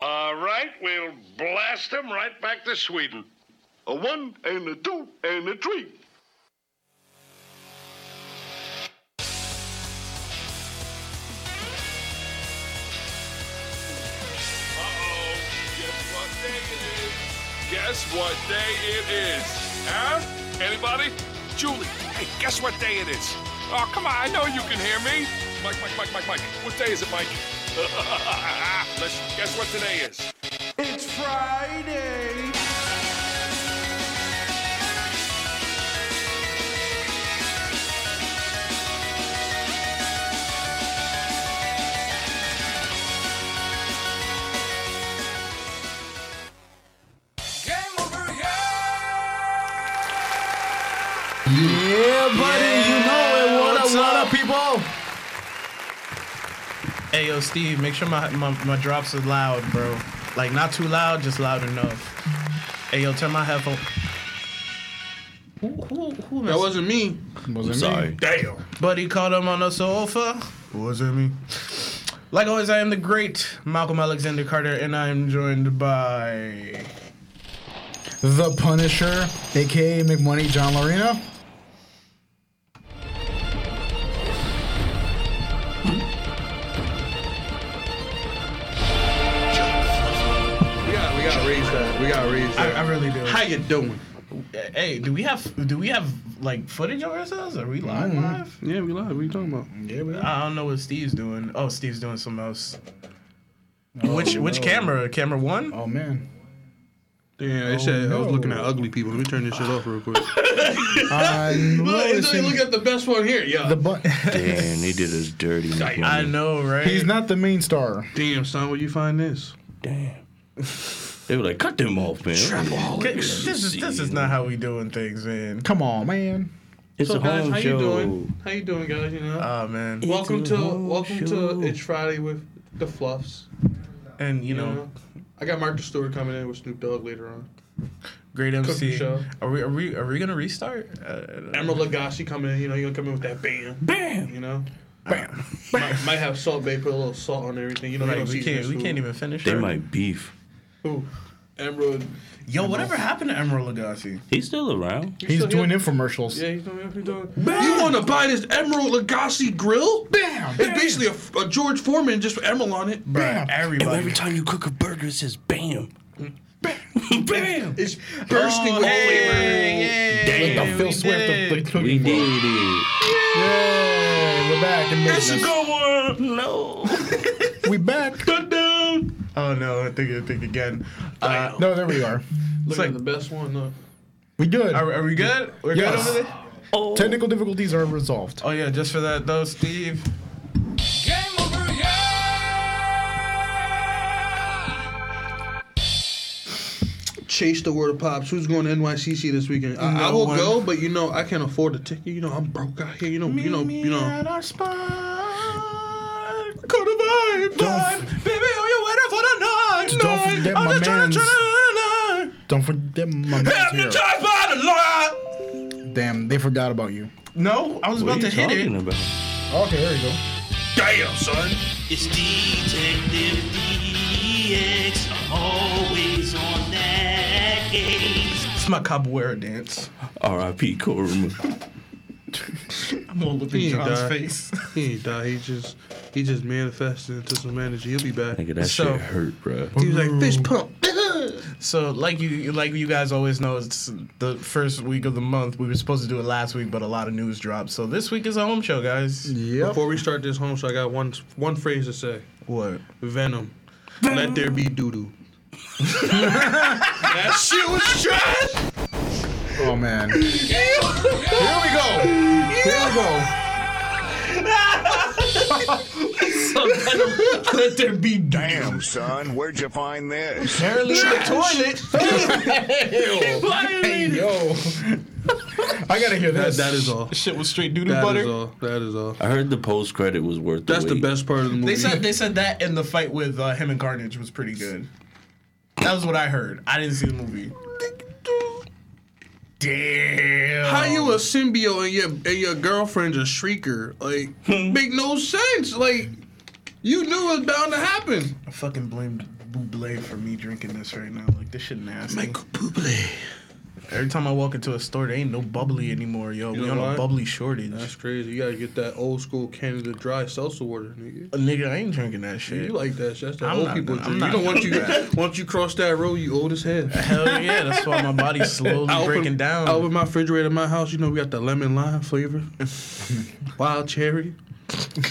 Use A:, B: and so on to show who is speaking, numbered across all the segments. A: All right, we'll blast them right back to Sweden.
B: A one and a two and a three.
C: Uh-oh. Guess what day it is? Guess what day it is? Huh? Anybody? Julie, hey, guess what day it is? Oh, come on, I know you can hear me. Mike, Mike, Mike, Mike, Mike. What day is it, Mike? Let's guess what today is.
D: It's Friday.
C: Game over here!
E: Yeah, buddy, you know it. What up, what up, people? Hey, yo, Steve, make sure my, my, my drops are loud, bro. Like, not too loud, just loud enough. Hey, yo, turn my headphone. Who, who, who
F: That
E: messed-
F: wasn't me.
E: Wasn't me. Buddy caught him on the sofa. Wasn't me. Like always, I am the great Malcolm Alexander Carter, and I am joined by.
G: The Punisher, aka McMoney John Lorena.
F: We got we got to raise that. We got to raise
E: I,
F: that.
E: I really do.
F: How you doing?
E: Hey, do we have do we have like footage of ourselves? Are we live?
F: Mm-hmm.
E: live?
F: Yeah, we live. What are you talking about?
G: Yeah, we
E: I don't know what Steve's doing. Oh, Steve's doing something else. which which camera? Camera one?
G: Oh man.
F: Damn, they said I was
G: no.
F: looking at ugly people. Let me turn this shit off real quick.
G: I'm noticing
F: at the best one here. Yeah.
G: the bu-
H: Damn, they did us dirty. McMoney.
E: I know, right?
G: He's not the main star.
F: Damn, son, where you find this?
H: Damn. They were like, cut them off, man.
E: This is this is not how we doing things, man.
G: Come on, man.
H: It's
F: So
H: a
F: guys,
H: home
F: how
H: show.
F: you doing? How you doing, guys? You know.
E: Oh man.
F: welcome
H: It's
F: to
H: a home
F: welcome
H: show.
F: to it's Friday with the Fluffs.
E: And you know,
F: I got Mark the Stewart coming in with Snoop Dogg later on.
E: great MC.
F: show.
E: Are we are we are we gonna restart? Uh,
F: Emerald Lagasse coming in. You know, you're gonna come in with that bam. Bam. You know.
E: Bam.
F: Might, might have salt bay, put a little salt on everything. You know,
E: Like, we can't we can't even finish.
H: They
E: her.
H: might beef.
F: Who? Emerald.
E: Yo, whatever happened to Emerald Lagasse?
H: He's still around.
G: He's
F: still
G: doing
F: here?
G: infomercials.
F: Yeah, he's doing. He's doing. You want to buy this Emerald Lagasse grill?
G: Bam!
F: It's basically a f- a, George Foreman just with Emerald on it.
E: Bruh,
G: Bam.
H: And
E: Everybody.
H: every time you cook a burger, it says bam. Bam. bam.
F: It's bursting with flavor.
G: Like the Phil
E: we
G: Swift
E: did.
G: of the cooking
H: We
G: book.
H: did it.
G: Yeah, we're back in business.
H: Go on. No.
G: We back.
E: Oh no, I think I think again. Uh,
G: No, there we are.
F: Look
E: like-
F: at the best one. Look.
G: We good.
E: are, are we good? We're
G: Yes.
E: good over there.
G: Technical difficulties are resolved.
E: Oh yeah, just for that though, Steve.
C: Game over here!
F: Chase the word of pops. Who's going to NYCC this weekend? I, I
E: No
F: will
E: one.
F: go, but you know I can't afford a ticket. You know I'm broke out here. You know, you know, you know.
E: our spot. Go to my blood, baby. Are you waiting for the night?
G: Don't forget my mans.
E: try
G: Don't forget my man's here.
E: by the light.
G: Damn, they forgot about you.
E: No, I was
H: What
E: about
H: are
E: to
H: you
E: hit it.
H: talking about?
G: Okay, there you go.
C: Damn, son.
I: It's Detective DX, always on that case.
E: It's my capoeira dance.
H: R.I.P. Koruma.
E: I'm gonna look
F: He
E: in
F: ain't
E: John's
F: died.
E: face.
F: He ain't die. He just he just manifested into some energy. He'll be back.
H: Nigga, that
E: So-
H: shit hurt, bro.
F: He was like fish pump.
E: So, like you, like you guys always know, it's the first week of the month. We were supposed to do it last week, but a lot of news dropped. So this week is a home show, guys.
G: Yep.
F: Before we start this home, so I got one one phrase to say.
E: What?
F: Venom. Let there be doo doo. that shit was trash.
G: Oh man. Here we go. Here we go.
E: Let there be damn.
J: Damn, son, where'd you find this?
E: Apparently, the toilet.
G: Yo. I gotta hear
F: That,
G: this.
F: that is all.
E: Shit was straight doo doo
F: That is
E: butter.
F: all. That is all.
H: I heard the post credit was worth
F: That's
H: the
F: the
H: wait.
F: best part of the movie.
E: They said they said that in the fight with uh, him and Carnage was pretty good. That was what I heard. I didn't see the movie. Damn.
F: How you
E: Hmm.
F: a symbiote and your and your girlfriend's a shrieker? Like make no sense. Like You knew it was bound to happen.
E: I fucking blame Buble for me drinking this right now. Like this shit nasty. Michael
F: Buble.
E: Every time I walk into a store, there ain't no bubbly anymore, yo.
F: You
E: we
F: know
E: on
F: why?
E: a bubbly shortage.
F: That's crazy. You gotta get that old school Canada Dry seltzer water, nigga.
E: Uh, nigga, I ain't drinking that shit.
F: You like that? shit. That's the
E: I'm
F: old
E: not-
F: people
E: I'm
F: drink. You
E: not
F: don't want
E: doing
F: you once you cross that road, you old as hell.
E: Hell yeah, that's why my body's slowly
F: I open-
E: breaking down.
F: I open my refrigerator in my house. You know we got the lemon lime flavor, wild cherry,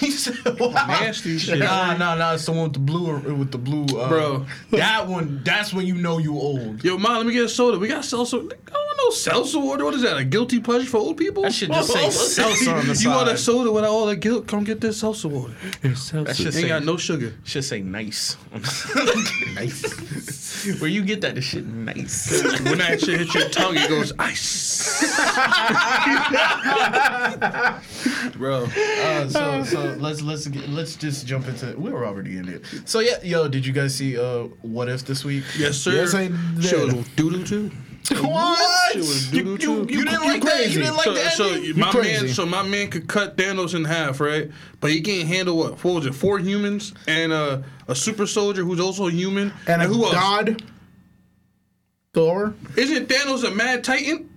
E: He said, wow.
F: nasty shit.
E: Nah, nah, nah. It's the one with the blue, with the blue, uh,
F: Bro.
E: That one. That's when you know you old.
F: Yo, ma, let me get a soda. We got seltzer. I don't know seltzer water. What is that? A guilty pleasure for old people?
E: That should just say seltzer on the
F: You want a
E: side.
F: soda without all the guilt? Come get this seltzer water.
E: That should
F: Ain't
E: say,
F: got no sugar.
E: should say nice. nice. Where you get that? The shit nice.
F: When that shit hits your tongue, it goes ice. Bro,
E: Uh, so so let's let's get, let's just jump into. We're already in it. So yeah, yo, did you guys see uh what if this week?
F: yes sir.
E: Yes, I did.
F: Shit was doodle too.
E: What?
F: Shit was
E: You,
F: doodle
E: you,
F: too.
E: you, didn't like that. You didn't like
F: so,
E: that.
F: so my
G: crazy.
F: man, so my man could cut Thanos in half, right? But he can't handle what? What was it? Four humans and uh, a super soldier who's also a human
G: And a
F: who else?
G: god, Thor.
F: Isn't Thanos a mad titan?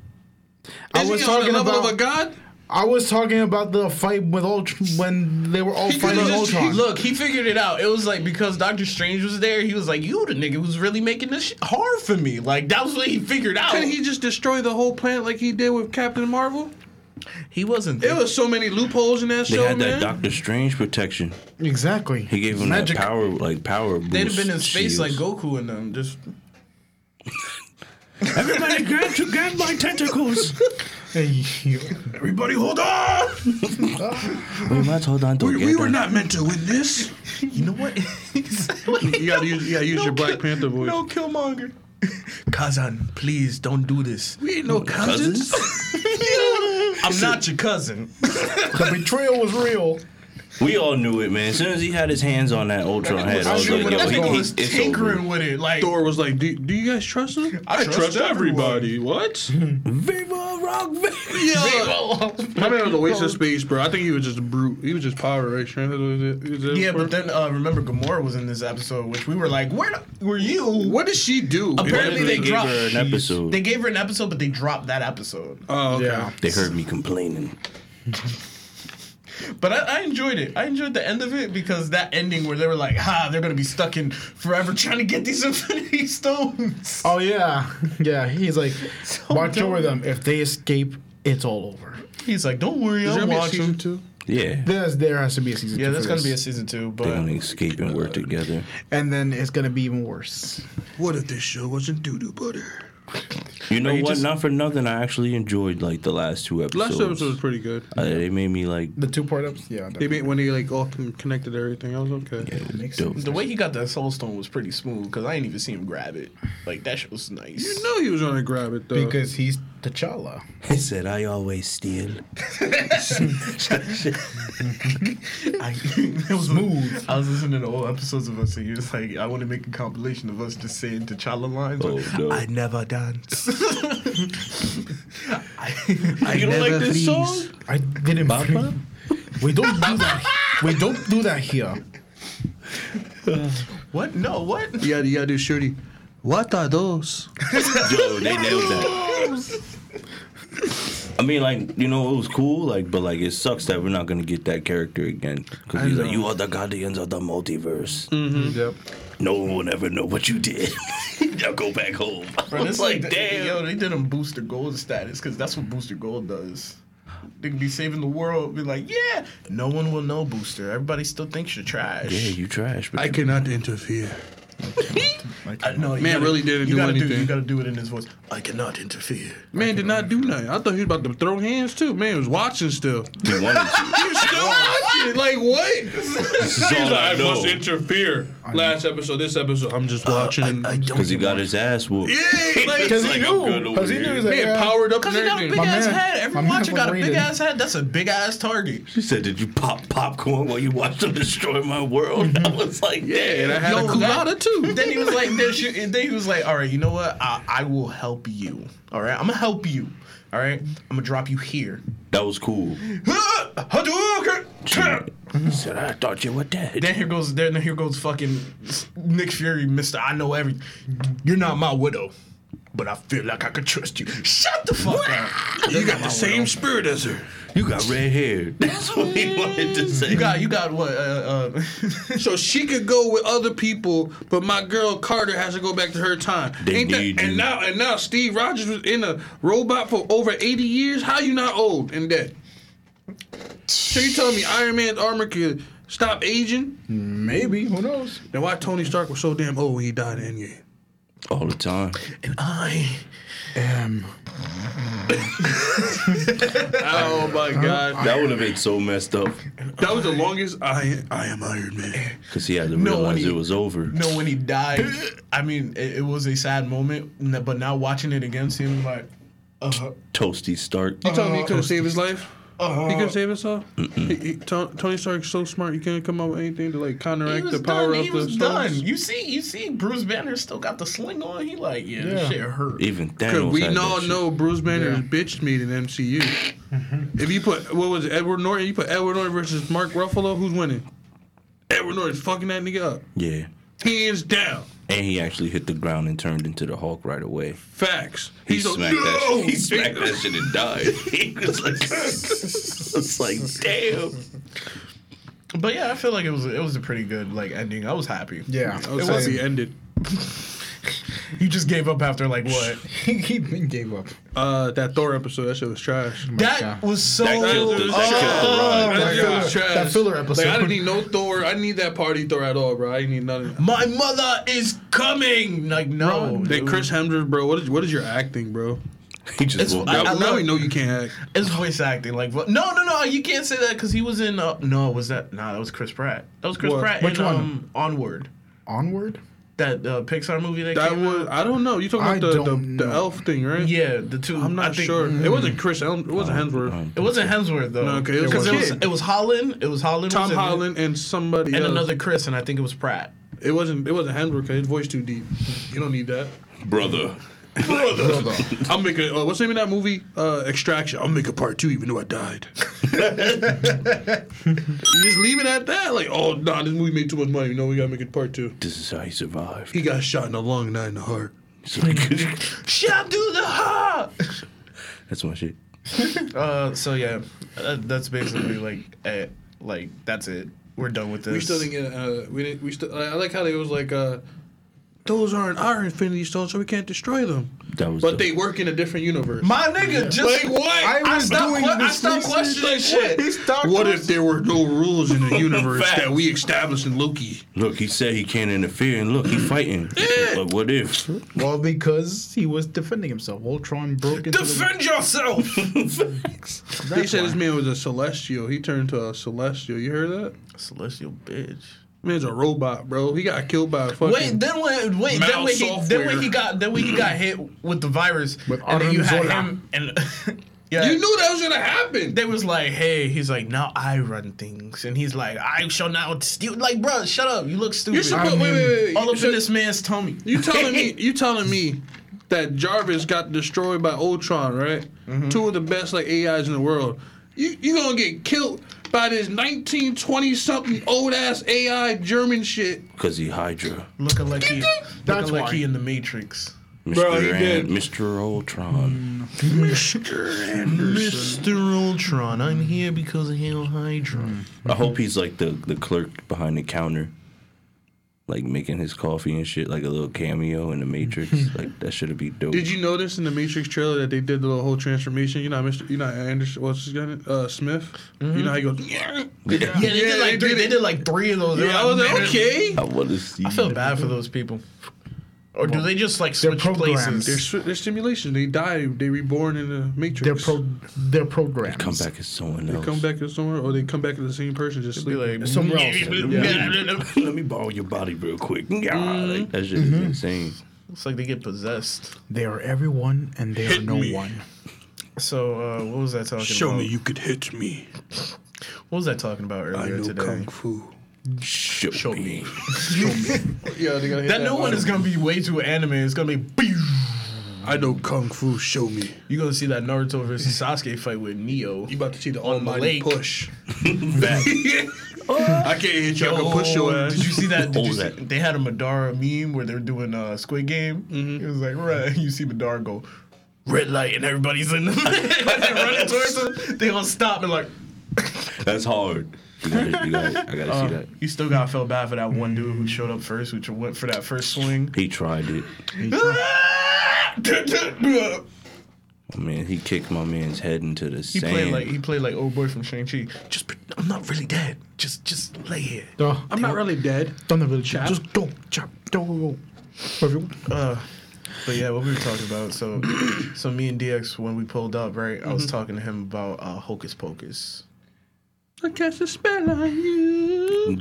G: I
F: Isn't
G: was
F: he on
G: talking
F: the level
G: about-
F: of a god?
G: I was talking about the fight with Ultron when they were all
F: He
G: fighting
F: could've just-
G: Ultron.
E: Look, he figured it out. It was like because Doctor Strange was there, he was like, "You the nigga who's really making this shit hard for me." Like that was what he figured out.
F: Couldn't he just destroy the whole planet like he did with Captain Marvel?
E: He wasn't.
F: There
E: There.
F: was so many loopholes in that
H: They
F: show,
H: had
F: man.
H: that Doctor Strange protection.
G: exactly.
H: He gave him that power, like power boost.
E: They'd have been in space
H: shields.
E: like Goku and them. Just
H: Everybody grab, to grab my tentacles.
E: everybody, hold on.
H: We must hold on to
F: we,
H: get
F: we were
H: them.
F: not meant to win this.
E: You know what?
F: You gotta use, you gotta use your Black Panther voice.
E: No Killmonger. Kazan, please don't do this.
F: we ain't no cousins.
E: I'm not your cousin.
G: the betrayal was real.
H: We all knew it, man. As soon as he had his hands on that Ultron head, I was
E: Sure,
H: like,
E: but
H: yo,
E: that
H: he,
E: nigga
H: he,
E: was
H: it's over.
E: tinkering with it. Like
F: Thor was like, do, do you guys trust him?
E: I trust everybody.
F: What?
H: Viva Rock
F: Yeah. My man was a waste of space, bro. I think he was just a brute. He was just power, right? Sharon? That's what it is. Is that
E: yeah,
F: what
E: but
F: it is?
E: then uh, remember Gamora was in this episode, which we were like, where the, were you?
F: what did she do?
E: Apparently they
H: gave
E: dropped.
H: her an episode.
E: They gave her an episode, but they dropped that episode.
H: Um,
F: Oh, okay.
G: Yeah.
H: They heard me complaining.
E: But I, I enjoyed it. I enjoyed the end of it because that ending where they were like, "Ha, they're gonna be stuck in forever trying to get these Infinity Stones."
G: Oh yeah, yeah. He's like, watch
E: dumb.
G: over them. If they escape, it's all over.
E: He's like, "Don't worry,
F: Is there
E: I'll
F: gonna be a
E: watch
F: season
E: them."
F: two?
H: Yeah.
G: There's there has to be a season.
E: Yeah,
G: two
E: that's
G: for
E: gonna be a
G: this.
E: season two,
H: They're
E: but
H: gonna escape and work together.
G: and then it's gonna be even worse.
F: What if this show wasn't doo doo butter?
H: You know
E: you
H: what?
E: just-
H: Not for nothing. I actually enjoyed like the last two
F: Last
H: episodes.
F: episode was pretty good.
H: Uh, they made me like
G: The two part ups. Yeah,
F: They made when they like all con- connected everything. I was okay.
H: dope.
E: the way he got that Soul Stone was pretty smooth because I didn't even see him grab it. Like that shit was nice.
F: You know he was gonna grab it though.
G: because he's T'Challa.
H: He said, "I always
E: I,
H: steal."
E: it was smooth. I was listening to old episodes of us, and you was like, "I want to make a compilation of us just saying T'Challa lines."
H: Oh
E: like,
H: no!
E: I never dance.
H: I you don't like this song?
G: I didn't. We don't do that. We don't do that here.
E: what? No, what?
F: you gotta, you gotta do shirty. What are those?
H: Yo, they nailed that. I mean, like you know, it was cool, like, but like, it sucks that we're not gonna get that character again because he's like, "You are the guardians of the multiverse.
G: Yep.
H: No one will ever know what you did. now go back home." I
E: Bro,
H: was
E: this
H: like,
E: like,
H: "Damn."
E: Yo, they did him booster gold status because that's what booster gold does. They can be saving the world. Be like, yeah, no one will know booster. Everybody still thinks you're trash.
H: yeah, you trash. But
F: I cannot interfere.
E: I, no, you
F: Man really didn't
E: you
F: do
E: gotta
F: anything.
E: you gotta do it in his voice. I cannot interfere.
F: Man did not do nothing. I thought he was about to throw hands too. Man he was watching still.
H: he wanted to.
F: He was still watching. Like what?
H: This is all I know
F: interfere. Last episode, this episode, I'm just watching. and
H: because he got his ass whooped.
F: yeah, like
G: Because
H: Like,
G: he
H: I'm good
G: knew.
H: over
G: Because he knew.
H: here.
G: He's like,
F: man
G: yeah.
F: powered up.
E: Cause
F: and
E: he got a big
F: everything.
G: My
E: ass
G: man-
E: head. Every
G: my man
E: watch you got a
G: overrated.
E: big ass head. That's a big ass target.
H: She said, "Did you pop popcorn while you watched them destroy my world?" I was like, "Yeah."
F: And I had
E: Yo,
F: a
E: that-
F: culotta too.
E: then he was like, then, she, and then he was like, all right, you know what? I, I will help you. All right, I'm gonna help you. All right, I'm gonna drop you here.
H: That was cool.
E: Hadouken!
H: He said, I thought you were dead.
E: Then here goes then here goes fucking Nick Fury, Mister. I know every. You're not my widow, but I feel like I could trust you. Shut the fuck up.
F: You got the same spirit as her.
H: You got red hair. That's what he wanted to say.
E: You got you got what? Uh, uh,
F: um, So she could go with other people, but my girl Carter has to go back to her time.
H: They
F: Ain't that-
H: need you.
F: and now and now Steve Rogers was in a robot for over eighty years. How you not old and dead? So you telling me Iron Man's armor could stop aging?
G: Maybe. Who knows?
F: Then why Tony Stark was so damn old when he died in Endgame?
H: All the time.
E: I
G: Um,
F: Oh my God,
H: That would have been so messed up
F: that was the longest. I I am Iron Man.
H: because he had to
E: No,
H: realize
E: he-
H: it was over.
E: know when he died. I mean, it, it was a sad moment, n- but now watching it against him, like, uh,
H: Toasty Stark.
F: You telling me he couldn't save his life?
E: uh,
F: He
H: Uh-huh.
F: couldn't save us all. He, he, Ton- Tony Stark's so smart. He couldn't come up with anything to like
E: he
F: counteract
E: was
F: the power
E: done. He
F: of the
E: was
F: stones.
E: done. You see, you see, Bruce Banner still got the sling on. He like, yeah, this
G: Yeah.
E: shit hurt.
H: Even Thanos.
F: Because we
H: had that
F: all
H: shit.
F: know Bruce Banner is bitch meat in MCU.
H: Mm-hmm.
F: if you put what was it, Edward Norton, you put Edward Norton versus Mark Ruffalo, who's winning? Edward Norton's fucking that nigga up.
H: Yeah.
F: Hands down.
H: And he actually hit the ground and turned into the Hulk right away.
F: Facts.
H: He
F: He's
H: smacked
F: like, no!
H: that. He smacked that shit and died. He was like, it's like, damn.
E: But yeah, I feel like it was it was a pretty good like ending. I was happy.
G: yeah.
F: I was happy it ended.
E: You just gave up after like what?
G: he gave up.
F: Uh, that Thor episode, that shit was trash.
E: That was so.
H: That killed the, that killed the ride.
F: Oh, That shit was trash.
E: that filler
F: Like, I
E: episode.
F: didn't need no Thor. I didn't need that party Thor at all, bro. I didn't need none of that.
E: My mother is coming. Like no,
F: Then Chris Hemsworth, bro. What is what is your acting, bro?
H: He just walked
E: I-
H: out.
F: Now,
E: love-
F: now we know you can't act.
E: It's voice acting, like what? No, no, no. You can't say that because he was in. Uh, no, was that? No, that was Chris Pratt. That was Chris
F: What?
E: Pratt
G: Which
E: in
G: one?
E: um, Onward,
G: Onward?
E: that uh, Pixar movie that,
F: That
E: came out.
F: was I don't know. You talking
G: I
F: about the,
G: don't
F: the, the
G: know.
F: elf thing, right?
E: Yeah, the two.
F: I'm
E: I
F: not
E: think- mm. Um,
F: sure. It wasn't Chris Elm. It wasn't Hemsworth.
E: It wasn't Hemsworth though.
F: No, okay, it was
E: because
F: a
E: it was
F: kid.
E: it was Holland. It was Holland.
F: Tom
E: was in it,
F: Holland and somebody
E: and
F: else.
E: another Chris, and I think it was Pratt.
F: It wasn't. It wasn't Hemsworth. 'cause his voice too deep. You don't need that.
H: Brother.
F: I'm making. Uh, what's the name of that movie? Uh, Extraction. I'll make a part two, even though I died. you just leave it at that. Like, oh nah, this movie made too much money. No, we gotta make it part two.
H: This is how he survived.
F: He got shot in the lung, not in the heart.
H: He's like,
E: Shout to the heart.
H: That's my shit.
E: Uh, so yeah, uh, that's basically like it. Like that's it. We're done with this.
F: We still didn't get. Uh, we didn't. We still. I like how they was like. Uh, those aren't our Infinity Stones, so we can't destroy them.
H: That was
F: But
H: the-
F: they work in a different universe.
E: My nigga, just
F: Like what?
G: I was
E: stopped
G: doing
E: que- I
G: this
E: stopped
G: research.
E: questioning shit.
G: He stopped
F: What
G: us.
F: if there were no rules in the universe
H: Facts.
F: that we established in Loki?
H: Look, he said he can't interfere, and look, he fighting. But what if?
G: Well, because he was defending himself. Ultron broke into
E: Defend yourself.
G: the...
F: They said this man was a celestial. He turned to a celestial. You heard that?
E: Celestial bitch.
F: Man's a robot, bro. He got killed by a fucking.
E: Wait, then when wait, then
F: Mal
E: when he then when he
F: software.
E: got then when he got hit with the virus
G: With
E: and then you had
G: Argenzola.
E: him and yeah.
F: you knew that was gonna happen.
E: they was like, hey, he's like, now I run things, and he's like, I shall not steal. Like, bro, shut up, you look stupid.
F: you should put, wait, wait, wait.
E: All
F: you,
E: up in this man's tummy.
F: you telling me? You telling me that Jarvis got destroyed by Ultron, right? Two of the best like AIs in the world. You you gonna get killed by this 1920 something old ass AI German shit?
H: Because he Hydra.
E: Looking like he,
G: That's
E: looking like
G: why.
E: he in the Matrix.
H: Mr.
F: Bro, he
H: An-
F: did.
H: Mr. Ultron.
E: Mr. Ultron, I'm here because of Hail Hydra.
F: Hmm.
H: I hope he's like the, the clerk behind the counter, like making his coffee and shit, like a little cameo in the Matrix. like that should be dope.
F: Did you notice in the Matrix trailer that they did the whole transformation? You know, how Mr. You know, how Anderson, what's his name? Uh, Smith. You
E: Mm-hmm.
F: know how he goes. Yeah,
E: Yeah, they did like three. They
F: it.
E: did like three of those. They were
F: Yeah, I was like,
E: "Man,
F: okay.
H: I want to see.
E: I feel bad for those people. Or do they just like switch
G: programmed.
F: Their,
E: places?
F: s- their stimulation. They die. They reborn in the Matrix.
G: They're, pro- they're programmed.
H: Come back as someone else.
F: come back as somewhere, or they come back as the same person. Just
E: Be
F: sleep.
E: like,
G: Somewhere else.
H: Let me borrow your body real quick. Yeah, like, that shit is insane.
E: It's like they get possessed.
G: They are everyone and they are no one.
E: So uh, what was I talking
F: Show
E: about?
F: me you could hit me.
E: What was I talking about
F: I
E: earlier
F: know
E: today?
F: kung fu.
H: Show, me.
F: Yeah, they gotta hit
E: That new one is gonna be way too anime. It's gonna be.
F: I know kung fu. Show me.
E: You're gonna see that Naruto versus Sasuke fight with Neo.
F: You about to see the Oh.
E: On the lake.
F: almighty push. I can't hit you. I can push your ass.
E: Did you see that? Did you
H: Hold
E: see,
H: that.
E: they had a Madara meme where they're doing uh, Squid Game. It was like, right, you see Madara go, red light, and everybody's in the as they running towards him. They gonna stop and like,
H: That's hard. You gotta, you gotta, I gotta see that.
E: you still gotta feel bad for that one dude who showed up first, which went for that first swing.
H: He tried it.
E: he
H: Oh, man, he kicked my man's head into the sand.
E: played like he played like old boy from Shang Chi. Just, pre- I'm not really dead. Just, just lay here.
F: I'm not really dead.
G: Don't really chat.
F: Just
G: don't chop. Don't.
E: Uh, but yeah, what we were talking about. So, so me and DX when we pulled up, right? I was talking to him about uh, Hocus Pocus.
F: I cast a spell on you.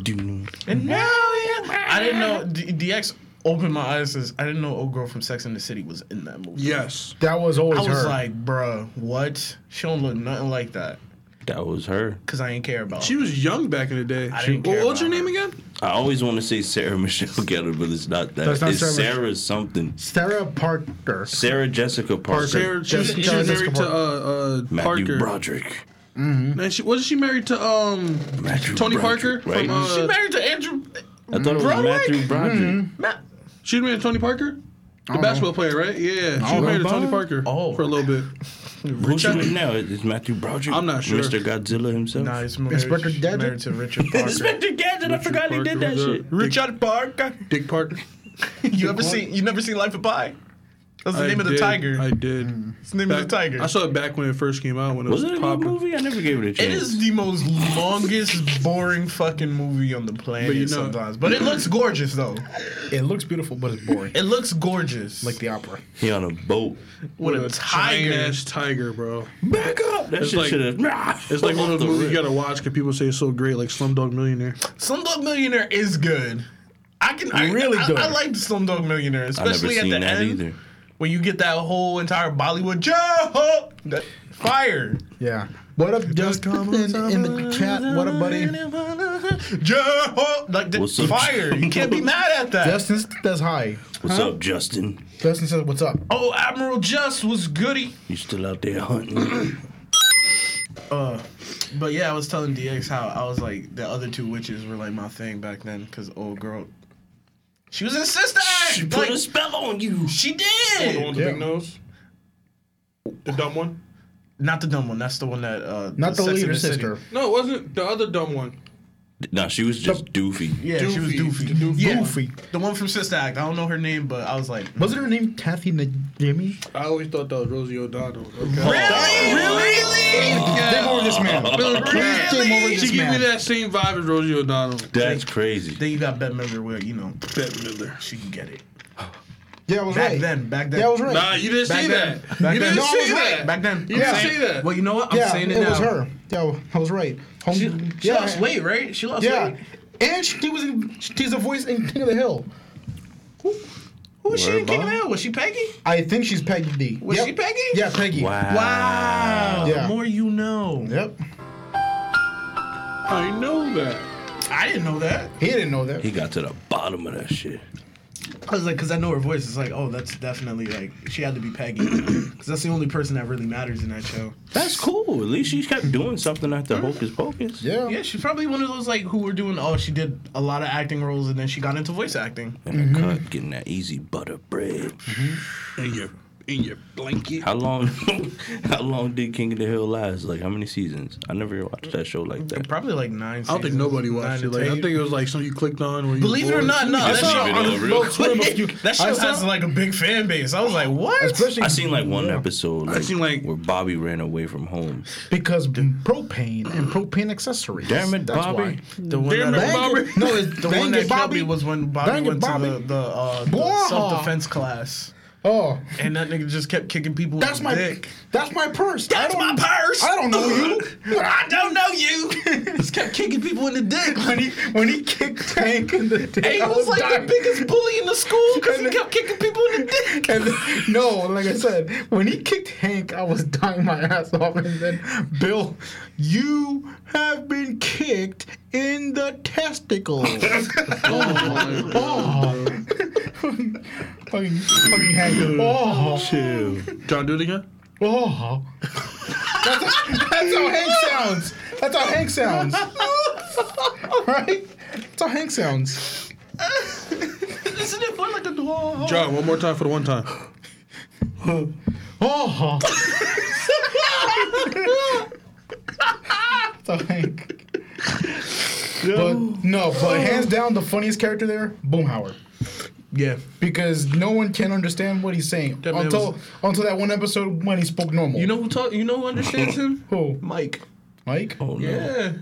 E: And now yeah, I didn't know D- DX opened my eyes. As, I didn't know old girl from Sex and the City was in that movie.
F: Yes.
G: That was always
E: I was
G: her.
E: like, bruh, what? She don't look nothing like that.
H: that was her.
E: Cause I ain't care about.
F: She
E: her.
F: was young back in the day.
E: I
F: She-
E: didn't
F: what-
E: care
F: what's her
E: about
F: name
E: her.
F: again?
H: I always want to say Sarah Michelle Gellar, but it's not that.
G: That's not
H: it's
G: Sarah
H: Sarah,
G: Mich-
H: something.
G: Sarah Parker.
H: Sarah Jessica Parker.
F: Sarah, she, was-
G: Jessica-
F: she was married
G: Jessica
F: to uh, uh,
H: Matthew
F: Parker.
H: Broderick.
F: And she wasn't she married to um
H: Matthew
F: Tony Parker
H: Broderick,
F: from
H: right?
F: uh,
E: She married to Andrew.
H: I thought it was
E: Broderick? Mm-hmm.
H: Matthew Broderick.
F: she was married to Tony Parker, the basketball player, right? Yeah, she was married to Tony Parker
E: Oh.
F: for a little bit.
H: Who's she with now? Is Matthew Broderick?
F: I'm not sure.
H: Mr. Godzilla himself.
E: Nah, it's
G: Inspector
E: married,
G: Gadget?
E: married to Richard Parker.
H: Gadget. I forgot
F: he did that shit.
E: Richard Parker.
F: Dick Parker.
E: You ever seen? You never seen Life of Pi? That's the
F: I
E: name of the
F: did,
E: tiger.
F: I did.
E: It's the name of the tiger.
F: I saw it back when it first came out when it was,
H: Was it a good
F: popular.
H: movie? I never gave it a
E: It
H: chance.
E: is the most longest, boring fucking movie on the planet
F: But you know-
E: sometimes. But it looks gorgeous though.
G: It looks beautiful, but it's boring.
E: It looks gorgeous.
G: like the opera.
H: He on a boat.
E: with a tiger.
F: ass tiger, bro.
H: Back up. That
F: It's
H: shit
F: like-
H: should have.
F: It's like one of those movies you gotta watch because people say it's so great, like Slumdog Millionaire.
E: Slumdog Millionaire is good. I can I,
G: Really
E: I,
G: good.
E: I, like Slumdog Millionaire,
H: I never
E: especially
H: seen
E: at the
H: that
E: end
H: either.
E: when you get that whole entire Bollywood joke. That fire.
G: Yeah. What up, just in, in the chat? What up, buddy?
E: Joe, like the
H: What's up,
E: fire. You can't be mad at that.
G: Justin, that's high.
H: What's up, Justin?
G: Justin says, "What's up?"
E: oh, Admiral Just was goody.
H: You still out there hunting?
E: But yeah, I was telling DX how I was like the other two witches were like my thing back then because old girl, she was insistent.
H: she
E: She
H: put
E: like,
H: a spell on you.
E: she
F: The one
E: did.
F: with the
G: Yeah.
F: big nose, the dumb one.
E: Not the dumb one. That's the one that. Uh,
G: Not the,
E: Sex and
G: leader
E: City.
G: sister.
F: No, it wasn't the other dumb one.
H: Nah, she was just doofy.
E: Yeah, she was
F: Doofy.
E: doofy.
F: The doofy
E: Yeah,
G: Doofy.
E: the one from Sister Act. I don't know her name, but I was like,
G: Wasn't her name Kathy Najimy?
F: I always thought that was Rosie O'Donnell. Okay.
E: really, really.
G: They over this man.
E: Oh.
G: Came over
F: She
G: this
F: gave me
G: man.
F: that same vibe as Rosie O'Donnell.
H: That's crazy.
E: Then you got Bette Midler, where you know
F: Bette Midler.
E: she can get it.
G: Yeah, I was
E: Back
G: right.
E: then, back then.
G: Yeah, I was right.
F: Nah, you didn't
E: Back
F: say
E: then.
F: that.
E: Back
F: you
E: then.
F: didn't
E: No, I
F: say
E: was
F: that.
E: right. Back then.
F: You
E: Yeah.
F: didn't say that.
E: Well, you know what? I'm
G: yeah,
E: saying it,
G: it
E: now.
G: was her. Yeah, I was right. Home,
E: She lost weight, right? She lost
G: Yeah,
E: weight.
G: and she was in, she's a voice in King of the Hill.
E: Who was she
H: Word
E: in King of
H: bomb.
E: the Hill? Was she Peggy?
G: I think she's Peggy D.
E: Was she Peggy?
G: Yeah, Peggy.
H: Wow.
E: Wow.
G: Yeah.
E: The more you know.
G: Yep.
F: I know that.
E: I didn't know that.
G: He didn't know that.
H: He got to the bottom of that shit.
E: I was like, because I know her voice. It's like, oh, that's definitely like, she had to be Peggy. Because that's the only person that really matters in that show.
H: That's cool. At least she kept doing something after Hocus Pocus.
G: yeah.
E: Yeah, she's probably one of those like who were doing, oh, she did a lot of acting roles and then she got into voice acting.
H: And the cut, getting that easy butter bread.
F: In your in your blanket.
H: How long? how long did King of the Hill last? Like how many seasons? I never watched that show like that.
E: Probably like nine
F: I don't think nobody watched it. Like, I think it was like something you clicked on. Where you
E: Believe it or not, no,
H: I
E: that
H: saw
E: show,
H: it all
E: on
H: real
E: quick. that
G: I
E: show
G: saw-
E: has like a big fan base. I was like, what?
G: Especially
H: I seen like one episode. Like,
F: seen, like-
H: where Bobby ran away from home.
G: because propane and propane accessories.
H: Damn it,
G: That's
H: Bobby.
G: why.
E: The one
F: Damn it,
E: that,
F: Bobby.
G: Bang it. No, it's
E: the one that killed me was when Bobby
G: Dang it,
E: went
G: Bobby.
E: to the, the, uh, the
G: Blah.
E: self defense class.
G: Oh,
E: And that nigga just kept kicking people
G: that's
E: in
G: my
E: the dick.
G: that's my purse.
E: That's
G: I
E: my
G: don't-
E: purse.
G: I don't know you.
E: I don't know you. just kept kicking people in the dick.
G: when he when he kicked Tank in the dick,
E: And he
G: I
E: was like the
G: dying.
E: biggest bully in the school because he kept kicking people in the dick.
G: And no, like I said, when he kicked Hank, I was dying my ass off. And then, Bill, you have been kicked in the testicles. oh, fucking, fucking Hank. Oh,
H: Chill.
F: John, do it again.
G: oh. That's, that's how Hank sounds. That's how Hank sounds. right? That's how Hank sounds.
E: Isn't it more like a dwarf?
F: John, one more time for the one time.
G: Oh. so Hank. But no, but hands down, the funniest character there, Boomhauer,
E: Yeah.
G: because no one can understand what he's saying
E: That man
G: until
E: was-
G: until that one episode when he spoke normal.
E: You know who talk, You know who understands him?
G: who?
E: Mike.
G: Mike? Oh,
E: Yeah.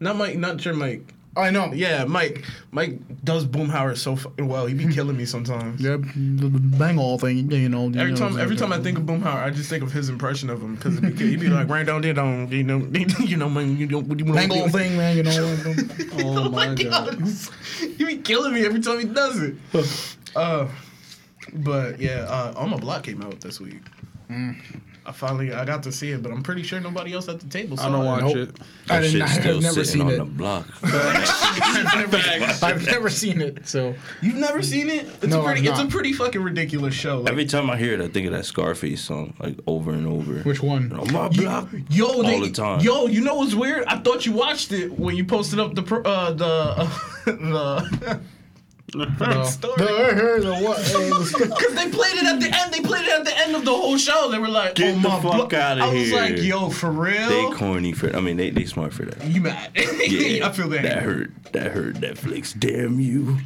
E: Not Mike. Not your Mike.
G: I know.
E: Yeah, Mike. Mike does Boomhauer so fucking well. He be killing me sometimes.
G: Yeah, the the bang all thing, you know. you
E: Every
G: know,
E: time,
G: it's
E: every
G: like
E: time I
G: that.
E: think of Boomhauer, I just think of his impression of him because he be like, "Rain down there, don't you know, you know, man, you don't, you
G: bang all
E: know,
G: thing, man, you know.
F: Oh my god.
E: he be killing me every time he does it." Uh, but yeah, uh, On My Block came out this week. I finally, I got to see it, but I'm pretty sure nobody else at the table saw
F: I don't
E: it.
F: watch
G: Nope.
F: it.
G: I
H: That
G: did not,
H: shit's
G: I've
H: still
G: never seen
H: sitting on
G: it.
H: the block.
G: I've never seen it. So
E: You've never seen it? It's
G: No,
E: a pretty,
G: I've
E: it's a
G: not.
E: pretty fucking ridiculous show. Like,
H: Every time I hear it, I think of that Scarface song, like over and over.
G: which one?
H: On my block.
E: Yo,
H: all
E: they,
H: the time.
E: Yo, you know what's weird? I thought you watched it when you posted up the pro, uh, the the, the story.
G: The, the what? Hey, let's go.
E: Cause they played it at the end. They played it at the end of the whole show. They were like,
H: Get
E: "Oh
H: the
E: my
H: fuck
E: blo-"
H: outta
E: I was
H: here.
E: like, "Yo, for real?
H: They corny for. I mean, they they smart for that.
E: you mad? I feel that."
H: That hurt. That hurt. Netflix. Damn you.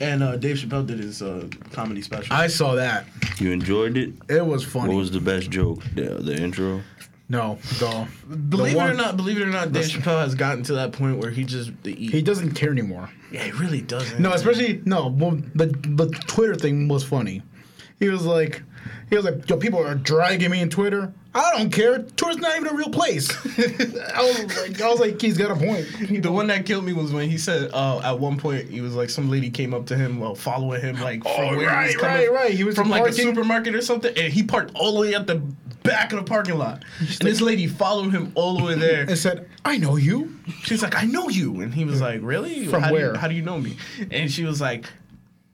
E: And uh, Dave Chappelle did his uh, comedy special.
G: I saw that.
H: You enjoyed it.
G: It was
H: What
G: funny.
H: was the best joke? The, the intro.
G: no, the,
E: believe
G: the
E: it or not, believe it or not, Dave Chappelle has gotten to that point where he just he,
G: he doesn't care anymore.
E: yeah, he really doesn't.
G: No, especially no. Well, the the Twitter thing was funny. He was like, he was like, yo, people are dragging me in Twitter. I don't care. Twitter's not even a real place. I was like, I was like, he's got a point.
E: The one that killed me was when he said, uh, at one point, he was like, some lady came up to him while following him, like, from where he was
G: right,
E: coming
G: right, right. He was
E: from, like, a
G: parking-
E: supermarket or something, and he parked all the way at the back of the parking lot. And this lady followed him all the way there.
G: And said, I know you.
E: She's like, I know you. And he was like, Really?
G: From
E: how do you-
G: where?
E: how do you know me? And she was like,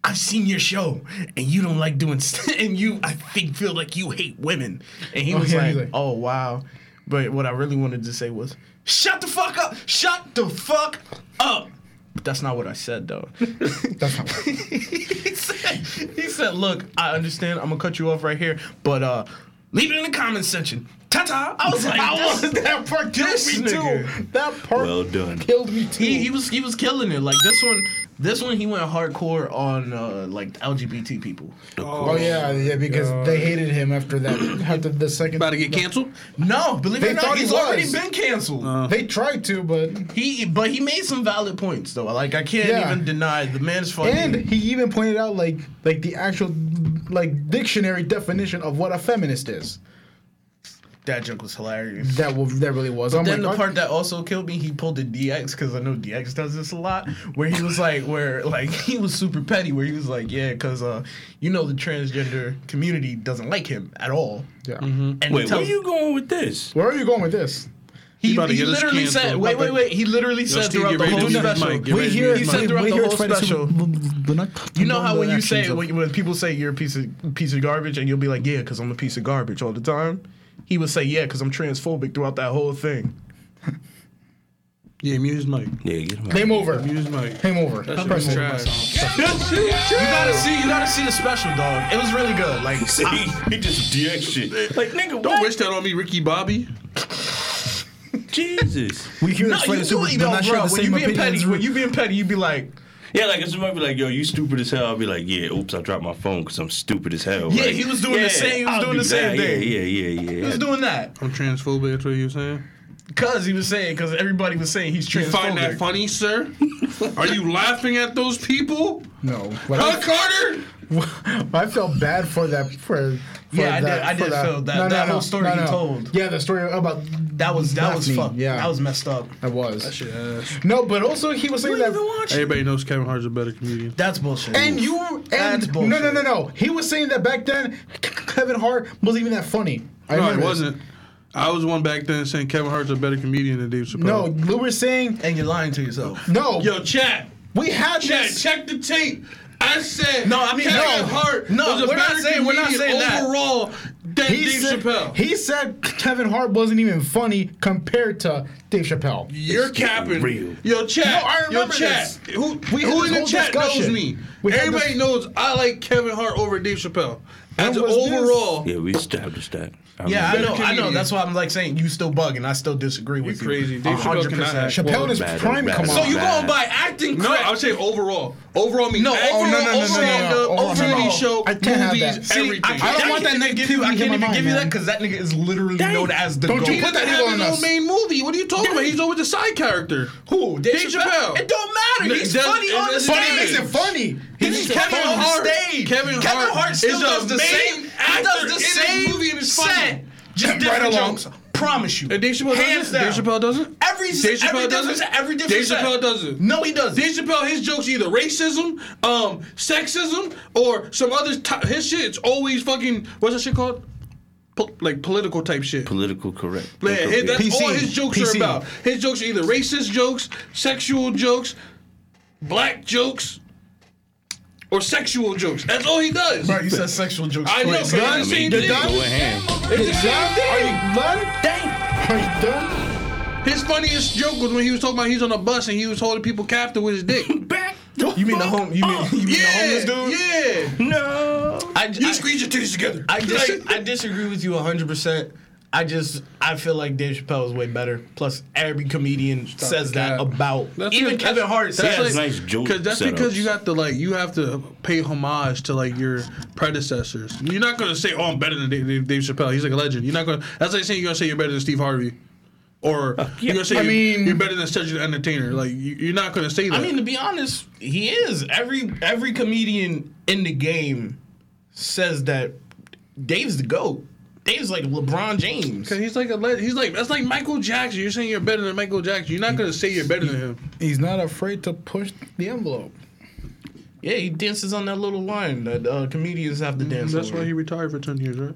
E: I've seen your show, and you don't like doing, st- and you, I think, feel like you hate women. And he
G: Oh,
E: was
G: yeah,
E: like,
G: he's like-
E: Oh, wow. But what I really wanted to say was, Shut the fuck up! Shut the fuck up! But That's not what I said, though.
G: That's not.
E: he, said, he said, Look, I understand. I'm gonna cut you off right here, but uh, leave it in the comment section. Ta ta! I was like,
G: I was
E: "This-
G: that part killed
E: this
G: me too.
E: nigga.
G: That part
H: Well done.
G: killed me too.
E: he, he was he was killing it. Like this one, this one he went hardcore on uh, like LGBT people.
G: oh yeah, yeah, because they hated him after that. After the second,
F: About to get canceled? Uh.
E: No, believe it
G: They
E: or not,
G: thought he
E: he's
G: was.
E: already been canceled.
G: they tried to, but
E: he but he made some valid points though. Like I can't
G: Yeah.
E: even deny the man's funny.
G: And he even pointed out like like the actual like dictionary definition of what a feminist is.
E: that joke was hilarious.
G: That oh will that really was. I'm
E: then
G: like,
E: the part that also killed me, he pulled the DX because I know DX does this a lot. Where he was like, where like he was super petty. Where he was like, yeah, because uh, you know the transgender community doesn't like him at all.
G: yeah.
E: And
H: Wait,
E: tell-
H: where you going with this?
G: Where are you going with this?
E: He,
F: about to
E: he
F: get us
E: literally
F: canceled.
E: said, "Wait, wait, wait." He literally said
F: Steve,
E: throughout
F: get
E: the
F: ready to
E: whole
F: mute his
E: special.
F: mic. Get ready to
E: He, said throughout the whole special. You know how when you say when, when people say you're a piece of piece of garbage, and you'll be like, "Yeah, because I'm a piece of garbage all the time." He would say, "Yeah, because I'm transphobic throughout that whole thing."
F: Yeah, mute his mic.
H: Yeah, get him out.
G: Game over.
F: Mute his mic.
G: Game over. Press
F: That's
G: it.
F: trash.
E: You gotta see, you gotta see the special, dog. It was really good. Like,
H: See, he just DX shit. Like nigga,
F: Don't
H: what?
F: wish that on me, Ricky Bobby.
H: Jesus.
G: We hear
E: no,
G: this
E: you do it, though, bro. When you being petty, when you being petty, you be like,
H: Yeah, like if somebody be like, "Yo, you stupid as hell," I'll be like, "Yeah, oops, I dropped my phone because I'm stupid as hell."
E: Yeah,
H: Like,
E: he was doing the same- he was doing
H: do
E: the same
H: that.
E: thing.
H: Yeah, yeah, yeah, yeah.
E: "Who's doing that?"
F: I'm transphobic, that's what you're saying.
E: Because he was saying, because everybody was saying he's
F: You
E: transphobic.
F: find that funny, sir? Are you laughing at those people?
G: No, but
F: Huh,
G: I,
F: Carter?
G: I felt bad for that. For, for
E: Yeah, I
G: that,
E: did- I
G: for
E: did feel that- that whole story he told.
G: Yeah, the story about
E: That was that was
G: Daphne,
E: fucked.
G: yeah.
E: that was messed up. uh,
G: that was.
F: Yes.
G: No, but also he was saying that.
F: Everybody knows Kevin Hart's a better comedian.
E: That's bullshit.
G: And you and
E: That's
G: no no no
E: bullshit.
G: no. He was saying that back then Kevin Hart wasn't even that funny. I
F: No, it
G: remember this.
F: wasn't. I was one back then saying Kevin Hart's a better comedian than Dave Chappelle.
G: No, we were saying
E: and you're lying to yourself.
G: no.
F: Yo, chat.
G: we had
F: Chat,
G: this.
F: check the tape. I said
E: No, I mean,
F: Kevin
E: no.
F: Hart
E: No,
F: was a
E: we're not
F: better
E: saying- we're
F: comedian
E: not saying that.
F: overall than and
G: he
F: Dave
G: said,
F: Chappelle.
G: He said Kevin Hart wasn't even funny compared to Dave Chappelle.
F: You're capping.
H: real.
F: Yo, chat.
G: No, I
F: yo,
G: remember
F: chat.
G: this.
F: Who,
G: We had
F: who
G: this
F: in the
G: whole
F: chat knows
G: discussion.
F: me?
G: We had
F: Everybody
G: this-
F: knows I like Kevin Hart over Dave Chappelle. As
G: was this?
F: overall,
H: Yeah, we established that. I
E: Yeah, I
H: remember
E: know,
H: that.
E: I know. That's why I'm like saying you still bugging. I still disagree with
F: You're
E: you.
F: crazy. Dave Chappelle cannot act.
G: Chappelle in his
H: Bad,
G: prime,
H: bad,
G: come
H: bad.
G: on.
F: So you
H: Nah.
F: going by acting?
C: No,
F: crap.
C: I'm saying
F: overall. Overall, me. No,
G: oh, no, no, no, no, no, no.
F: Stand-up,
G: Overall,
F: over
G: no.
F: TV show,
G: I can't have
F: movies,
G: that. See,
F: everything.
E: I,
G: I
E: don't want that
G: negativity
E: negative. I
G: in
E: can't even
G: my mind,
E: give you that
G: man.
E: because that nigga is literally known as the
G: Don't
E: GOAT.
G: you
F: he
G: put that
F: doesn't have
G: nigga on
F: his
G: us.
F: own main movie. What are you talking about? He's always a side character.
E: Who? Dave,
F: Dave
E: Chappelle?
F: Chappelle.
E: It don't matter.
F: No,
E: He's
F: it doesn't-
E: funny
F: it
E: on the
F: doesn't
G: But
E: stage.
G: it
F: matter.
G: makes it funny.
E: He's
F: Kevin
E: funny on
F: Hart-
E: the stage.
F: Kevin Hart
E: still
F: is
E: does
F: the
E: the
F: main
E: same. He does
F: actor in
E: the
F: his
E: same
F: movie and is funny.
E: set. Just
G: Right
E: different
G: along.
E: jokes. Promise you.
F: And Dave Chappelle
E: Hands
F: does it. Dave
E: down.
F: Chappelle does it.
E: Every
F: Dave
E: every
F: Chappelle does
E: different
F: it.
E: set, every different
F: Dave
E: set.
F: Chappelle does it.
E: No, he doesn't.
F: Dave Chappelle, his jokes either racism, um, sexism, or some other. T- his shit's always fucking. What's that shit called? Po- like political type shit.
H: Political correct.
F: Yeah, his- that's
G: PC.
F: all his jokes are
G: PC.
F: about. His jokes are either racist jokes, sexual jokes, black jokes, or sexual jokes. That's all he does.
E: Bro, you said sexual jokes.
F: I know.
E: twice.
F: It's the same
G: The
F: thing.
G: Don-
H: Go ahead.
F: It's the same thing.
G: Are you done? Are you done?
F: His funniest joke was when he was talking about he's on a bus and he was holding people captive with his dick.
E: You mean the home? You mean, you mean
F: yeah,
E: the homeless dude?
F: yeah.
H: No.
E: I,
F: You
E: I-
F: squeeze your titties together.
E: I, dis-
F: Like,
E: I disagree with you 100%. I just I feel like Dave Chappelle is way better. Plus, every comedian says
F: the
E: that
F: cap.
E: about
F: That's
E: even
F: good.
E: Kevin
F: That's-
E: Hart says.
H: that's like- nice joke
F: Because that's
H: setups.
F: because you have to like you have to pay homage to like your predecessors. You're not gonna say, "Oh, I'm better than Dave, Dave, Dave Chappelle. He's like a legend." You're not gonna. That's like saying you're gonna say you're better than Steve Harvey, or you're gonna say
G: I
F: you're,
G: mean-
F: you're better than Cedric the Entertainer. Like you, you're not gonna say that.
E: I mean, to be honest, he is every every comedian in the game says that Dave's the goat. Dave's like LeBron James.
F: Cause he's like a le- he's like that's like Michael Jackson. You're saying you're better than Michael Jackson. You're not gonna say you're better than him.
G: He's not afraid to push the envelope.
E: Yeah, he dances on that little line that uh, comedians have to dance.
F: Mm-hmm. That's
E: over.
F: why he retired for ten years, right?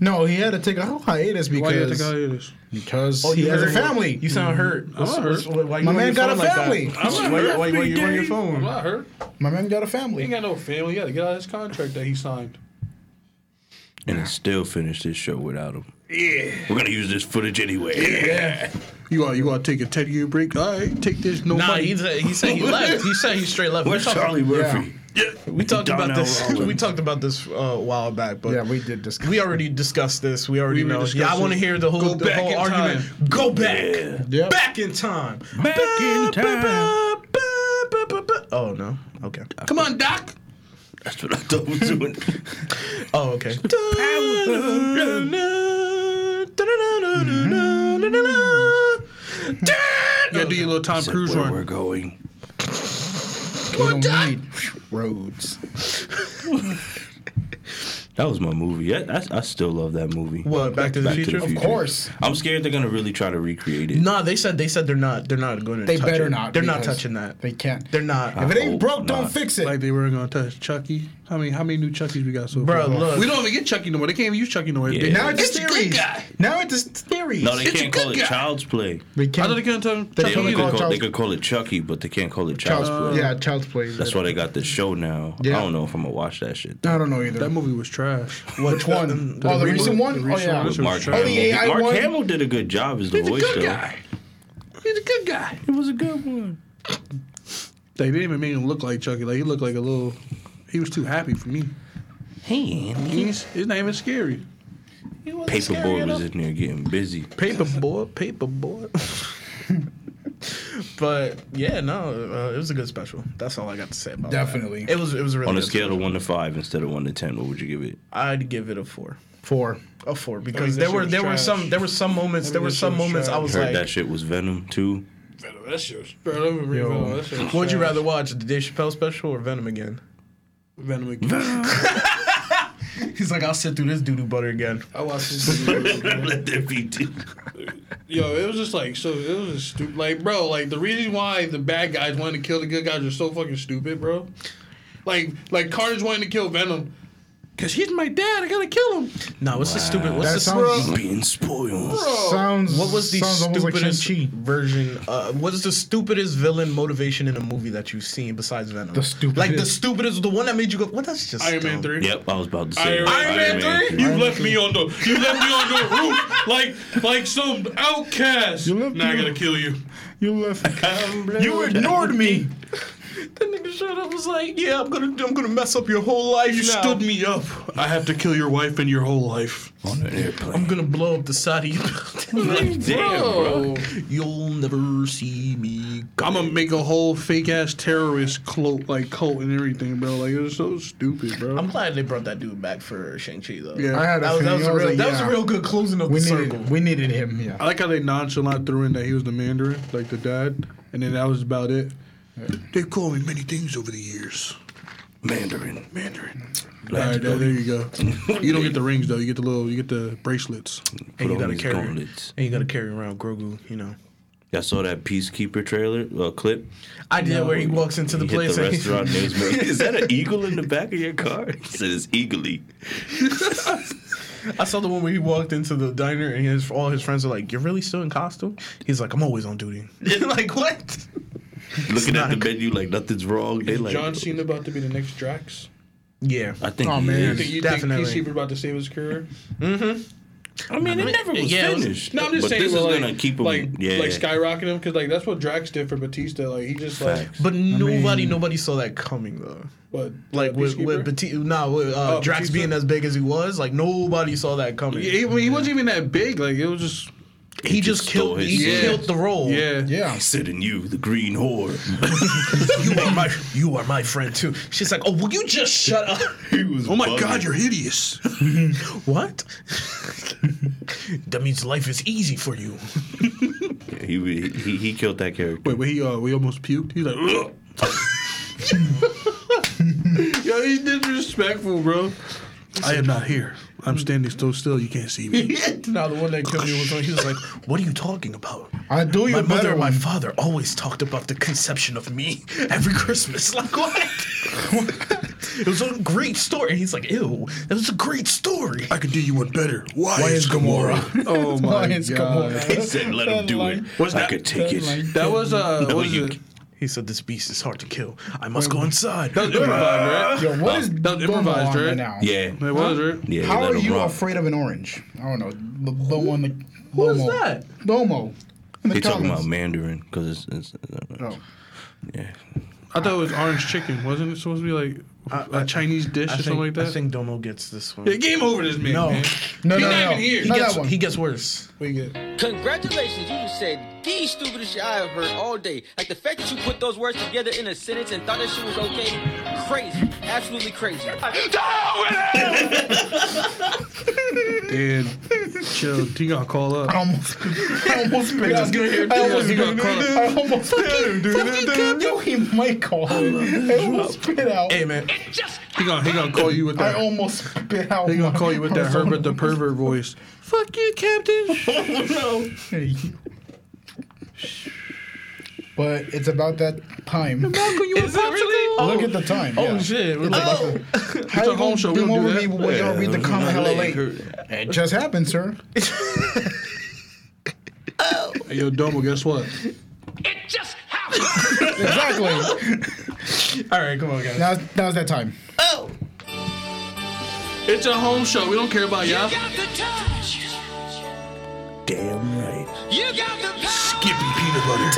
G: No, he had to take a hiatus
F: Why do you think I
G: because
F: hear this?
G: because he has a
E: hurt?
G: family.
E: You sound hurt. Mm-hmm. I'm
F: not hurt.
E: Why you
G: My
E: on
G: man
E: your
G: got
E: phone
G: a
E: like that?
G: family.
E: Why- Why why you on your phone?
F: I heard.
G: My man got a
F: He ain't
G: family.
F: got no family. He got to get out of his contract that he signed.
H: And I still finished this show without him. Yeah. We're gonna use this footage anyway.
F: You are you gotta take a ten year break. All right, take this. No
E: Nah,
F: money.
E: he said he said he left. He said he straight left.
H: Where's
E: we talked,
H: Charlie Murphy?
E: we talked about
H: Darnell
E: this.
H: Rollins.
E: We talked about this uh, a while back, but
G: Yeah, we did discuss.
E: we already discussed this. We already
F: We
E: know.
F: discussed
E: Yeah, I
F: it.
E: want to hear the whole
F: Go
E: the
F: back
E: whole
F: in
E: argument. Go back,
G: Yep.
E: back in time.
H: Back in time.
E: Oh no. Okay.
F: Come on, Doc.
H: That's what I thought was doing.
E: Oh okay.
F: Yeah, do your little Tom
H: Said
F: Cruise
H: where we're
F: run.
H: going.
G: We don't need roads.
H: That was my movie. I, I, I still love that movie.
E: What, Back to the Future? Of
G: Of course.
H: I'm scared they're gonna really try to recreate it.
E: Nah, they said they said they're not they're not going to.
G: They
E: touch
G: better
E: it.
G: not,
E: They're not
G: because
E: touching that.
G: They can't.
E: They're not.
G: If it ain't
H: hope
G: broke, don't
H: not.
G: fix it.
F: Like they weren't gonna touch Chucky. How many how many new Chuckies we got so
E: Bro,
F: far?
E: look.
F: we don't even get Chucky no more. They can't even use Chucky no more.
H: Yeah.
F: They-
G: now it's,
F: It's a
G: a
F: good
G: series.
F: guy.
G: Now it's a series.
H: No, they
F: It's a
H: can't call
F: good
H: it
F: guy.
H: Child's Play.
G: we
F: I
G: can't.
F: thought they couldn't tell him
G: They
H: They,
G: Can't
H: only
G: call it
F: either.
H: could call,
G: Child's-
H: they could call it Chucky, but they can't call it Child's
G: Child's,
H: Play.
G: yeah, Child's Play.
H: That's why they got the show now. I
G: Yeah.
H: don't know if I'm gonna watch that shit.
G: I don't know either.
F: That movie was trash.
G: Which one? oh, the
F: reboot?
G: recent one?
F: The
G: oh,
F: recent
G: yeah.
F: one?
H: With Mark
F: Oh, the
H: Hamill.
G: AI
H: Mark
G: one?
H: Hamill did a good job as the
F: He's a
H: voice
F: good
H: though.
F: guy. He's a good guy.
H: It was a good one.
F: They didn't even make him look like Chucky. Like he looked like a little. He was too happy for me.
H: Hey,
F: He's, it's not even scary.
H: Paperboy was in there getting busy.
E: Paperboy, paperboy. but yeah, no, uh, it was a good special. That's all I got to say about
G: Definitely.
E: that. It was it was a really
H: On a
E: good
H: scale of one to five instead of one to ten, what would you give it?
E: special. I'd give it a four.
G: Four.
E: A four because
F: that
E: there
F: shit
E: were
F: was
E: there were
F: trash.
E: some there were some moments there were
F: that shit
E: some
F: was
E: moments I
F: trash.
E: was
H: Heard
E: like,
H: that shit was Venom too.
F: That's just. Venom. That's just
E: would you rather watch the Dave Chappelle special or Venom again?
F: Venom again.
E: He's like, I'll sit through this doo doo butter again.
F: I watched this. movie.
H: Let that be two.
F: Yo, it was just like so. It was just stupid. Like, bro, like the reason why the bad guys wanted to kill the good guys was so fucking stupid, bro. Like, like Carnage wanting to kill Venom. Cause he's my dad. I gotta kill him.
E: No, what's the stupid? What's
G: That
E: the
G: sounds-
E: stupid?
H: Being spoiled.
G: Sounds.
E: What was the
G: sounds almost
E: stupidest
G: Like Shang-Chi.
E: version? Uh, what is the stupidest villain motivation in a movie that you've seen besides Venom?
G: The stupidest.
E: like the stupidest, the one that made you go, "What? that's just
F: Iron Man
E: dumb."
F: three.
H: Yep, I was about to say.
F: Iron
H: that.
F: Man
H: three?
F: You left me on the you left me on the roof like like some outcast.
G: You left
F: now I
G: me-
F: gotta kill you.
G: You left. you ignored me.
E: That nigga showed up was like, "Yeah, I'm gonna, I'm gonna mess up your whole life
F: You
E: now.
F: stood me up. I have to kill your wife and your whole life.
H: On an
E: I'm
H: airplane.
E: gonna blow up the Saudi.
H: Like, damn, bro.
E: You'll never see me.
F: I'm gonna make a whole fake ass terrorist cult like cult and everything, bro. Like it was so stupid, bro.
E: I'm glad they brought that dude back for Shang Chi though.
F: yeah.
G: I had a
E: That was, that
G: feeling.
E: was
G: I
E: a
G: was
E: real,
G: like,
E: that was a
G: yeah.
E: real good closing of
G: We
E: the
G: needed.
E: circle.
G: We needed him. Yeah.
F: I like how they nonchalant threw in that he was the Mandarin, like the dad, and then that was about it. They've called me many things over the years.
H: Mandarin.
F: Mandarin. All right, there, there you go. You don't get the rings though. You get the little. You get the bracelets.
H: Put
E: you
H: on
E: gotta
H: his
E: carry it.
H: gauntlets.
E: and you gotta carry around Grogu, you know.
H: Y'all saw that Peacekeeper trailer uh, clip?
E: I did where he walks into the
H: He hit
E: place
H: the
E: and he-
H: restaurant. and he was like, Is that an eagle in the back of your car? He said it's eagly.
E: I saw the one where he walked into the diner and his all his friends are like, "You're really still in costume?" He's like, "I'm always on duty." like what?
H: Looking at the menu like nothing's wrong. They like
F: John Cena about to be the next Drax.
E: Yeah,
H: I think.
G: Oh,
H: he
G: man.
H: is.
F: Think you
E: Definitely.
F: think Peacekeeper about to save his career?
H: I mean, it never was
E: Yeah, it was-
H: finished.
F: No, I'm just
H: but
F: saying
H: this
F: well,
H: is
F: like,
H: gonna keep him.
F: like,
H: yeah,
F: like skyrocketing him because like that's what Drax did for Batista. Like he just like
H: Facts.
E: but nobody nobody saw that coming though.
F: what uh,
E: Like with with
F: Peacekeeper?
E: Batista, nah, with uh,
F: Oh,
E: Drax
F: Batista?
E: being as big as he was, like nobody saw that coming.
F: Yeah, he, he wasn't even that big. Like it was just
H: It
E: he just
H: stole
E: killed
H: his
E: he
H: soul.
E: killed the role.
F: Oh, yeah.
G: Yeah.
H: I said, and you, the green whore.
E: you are my you are my friend too. She's like, oh, will you just shut up?
H: He was
F: Oh my
H: bugging.
F: God, you're hideous.
E: what? that means life is easy for you.
H: Yeah, he, wa- he he killed that character.
F: Wait, wait, he uh, we almost puked. He's like, Ugh. yo, he's disrespectful, bro. I am not here. I'm standing so still, you can't see me.
E: Now the one that killed me was when he was like, "What are you talking about?"
G: I do you
E: My
G: a
E: mother
G: better
E: and my
G: one.
E: father always talked about the conception of me every Christmas. Like what? it was a great story. He's like, "Ew, that was a great story."
F: I could do you one better. Why,
G: Why
F: is
G: is
F: Gamora? Oh my
G: Lions, come on.
F: god,
H: He said, let him do it.
F: Was
H: I
F: that-
H: could take it.
F: that was uh, what was
H: you-
F: it?
E: He said, "This beast is hard to kill. I must go inside."
F: That was improvised, right?
G: Yo, what is
F: that was
G: going
F: improvised,
G: on
F: right?
G: now?
H: Yeah.
F: It was right.
H: Yeah,
G: How
H: let
G: are
H: him
G: you
H: rock.
G: afraid of an orange? I don't know. The the one that.
E: Who is
G: Lomo.
E: that?
G: Lomo. In the
H: They talking about
G: comments.
H: Mandarin because it's, it's uh,
G: Oh.
H: yeah.
F: I thought it was orange chicken. Wasn't it supposed to be like a
E: I-
F: Chinese dish
E: I
F: or
E: think,
F: something like that?
E: I think Domo gets this one.
F: yeah, game over this man.
E: No.
F: man.
G: No,
F: He's
G: no,
F: not
G: no.
F: even here.
E: He
G: Not that
E: gets,
G: one.
E: he gets worse.
F: We get-
K: Congratulations, you said the stupidest shit I have heard all day. Like the fact that you put those words together in a sentence and thought that shit was okay, crazy, absolutely crazy.
F: Dude, chill. He gonna call up.
G: I almost, I almost picked
E: I was gonna hear-
G: I almost,
F: He
G: picked-
F: gonna call
G: I almost fucking, fucking kept- yo, he might call. I almost spit out.
E: Hey man,
F: He gonna he gonna call you with
G: I
F: that.
G: almost spit out.
F: He gonna
G: my-
F: call you with
G: I
F: that
G: was
F: Herbert the pervert voice. Fuck you, Captain.
E: Oh,
G: almost- But it's about that time.
F: Uncle, you is really?
G: Look at the time.
E: Oh
G: yeah.
E: shit! We're like,
G: How
F: a
G: you
F: home
G: gonna
F: show, we
G: do
F: don't do
G: over
F: that.
G: me when y'all read the comment hella late? It just happened, sir.
F: Yo, Domo, guess what?
G: Exactly.
E: all right, come on, guys.
G: Now, now was that time.
F: It's a home show. We don't care about y'all.
L: got the touch.
H: Damn right.
L: You got the power.
F: peanut butter.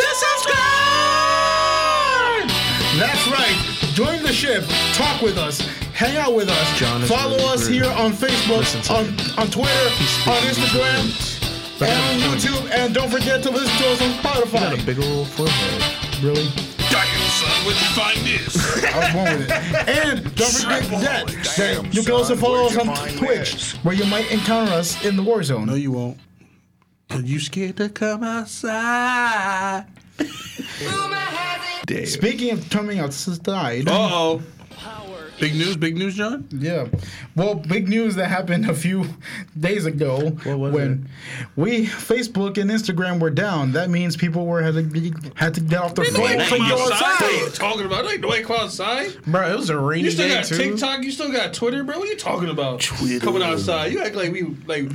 G: That's right. Join the ship. Talk with us. Hang out with us. Follow us here on Facebook, on, on Twitter, on Instagram, and on YouTube. And don't forget to listen to us on Spotify.
E: Big ol' forehead.
G: Really?
C: Damn, son, where'd you find this?
G: I was born with it. And don't forget that, that you can also follow us on Twitch, where you might encounter us in the war zone.
F: No, you won't. Are you scared to come outside?
H: Damn.
G: Speaking of coming outside,
F: Uh oh. Big news, big news, John.
G: Yeah. Well, big news that happened a few days ago when we Facebook and Instagram were down. That means people were had to had to get off their
F: Nobody
G: phones and
F: come
G: go
F: outside. What are
G: outside.
F: you talking about? Like, nobody come outside.
E: Bro, it was a rainy
F: You still
E: day
F: got
E: too.
F: TikTok. You still got Twitter, bro. What are you talking about?
H: Twitter.
F: Coming outside. You act like we like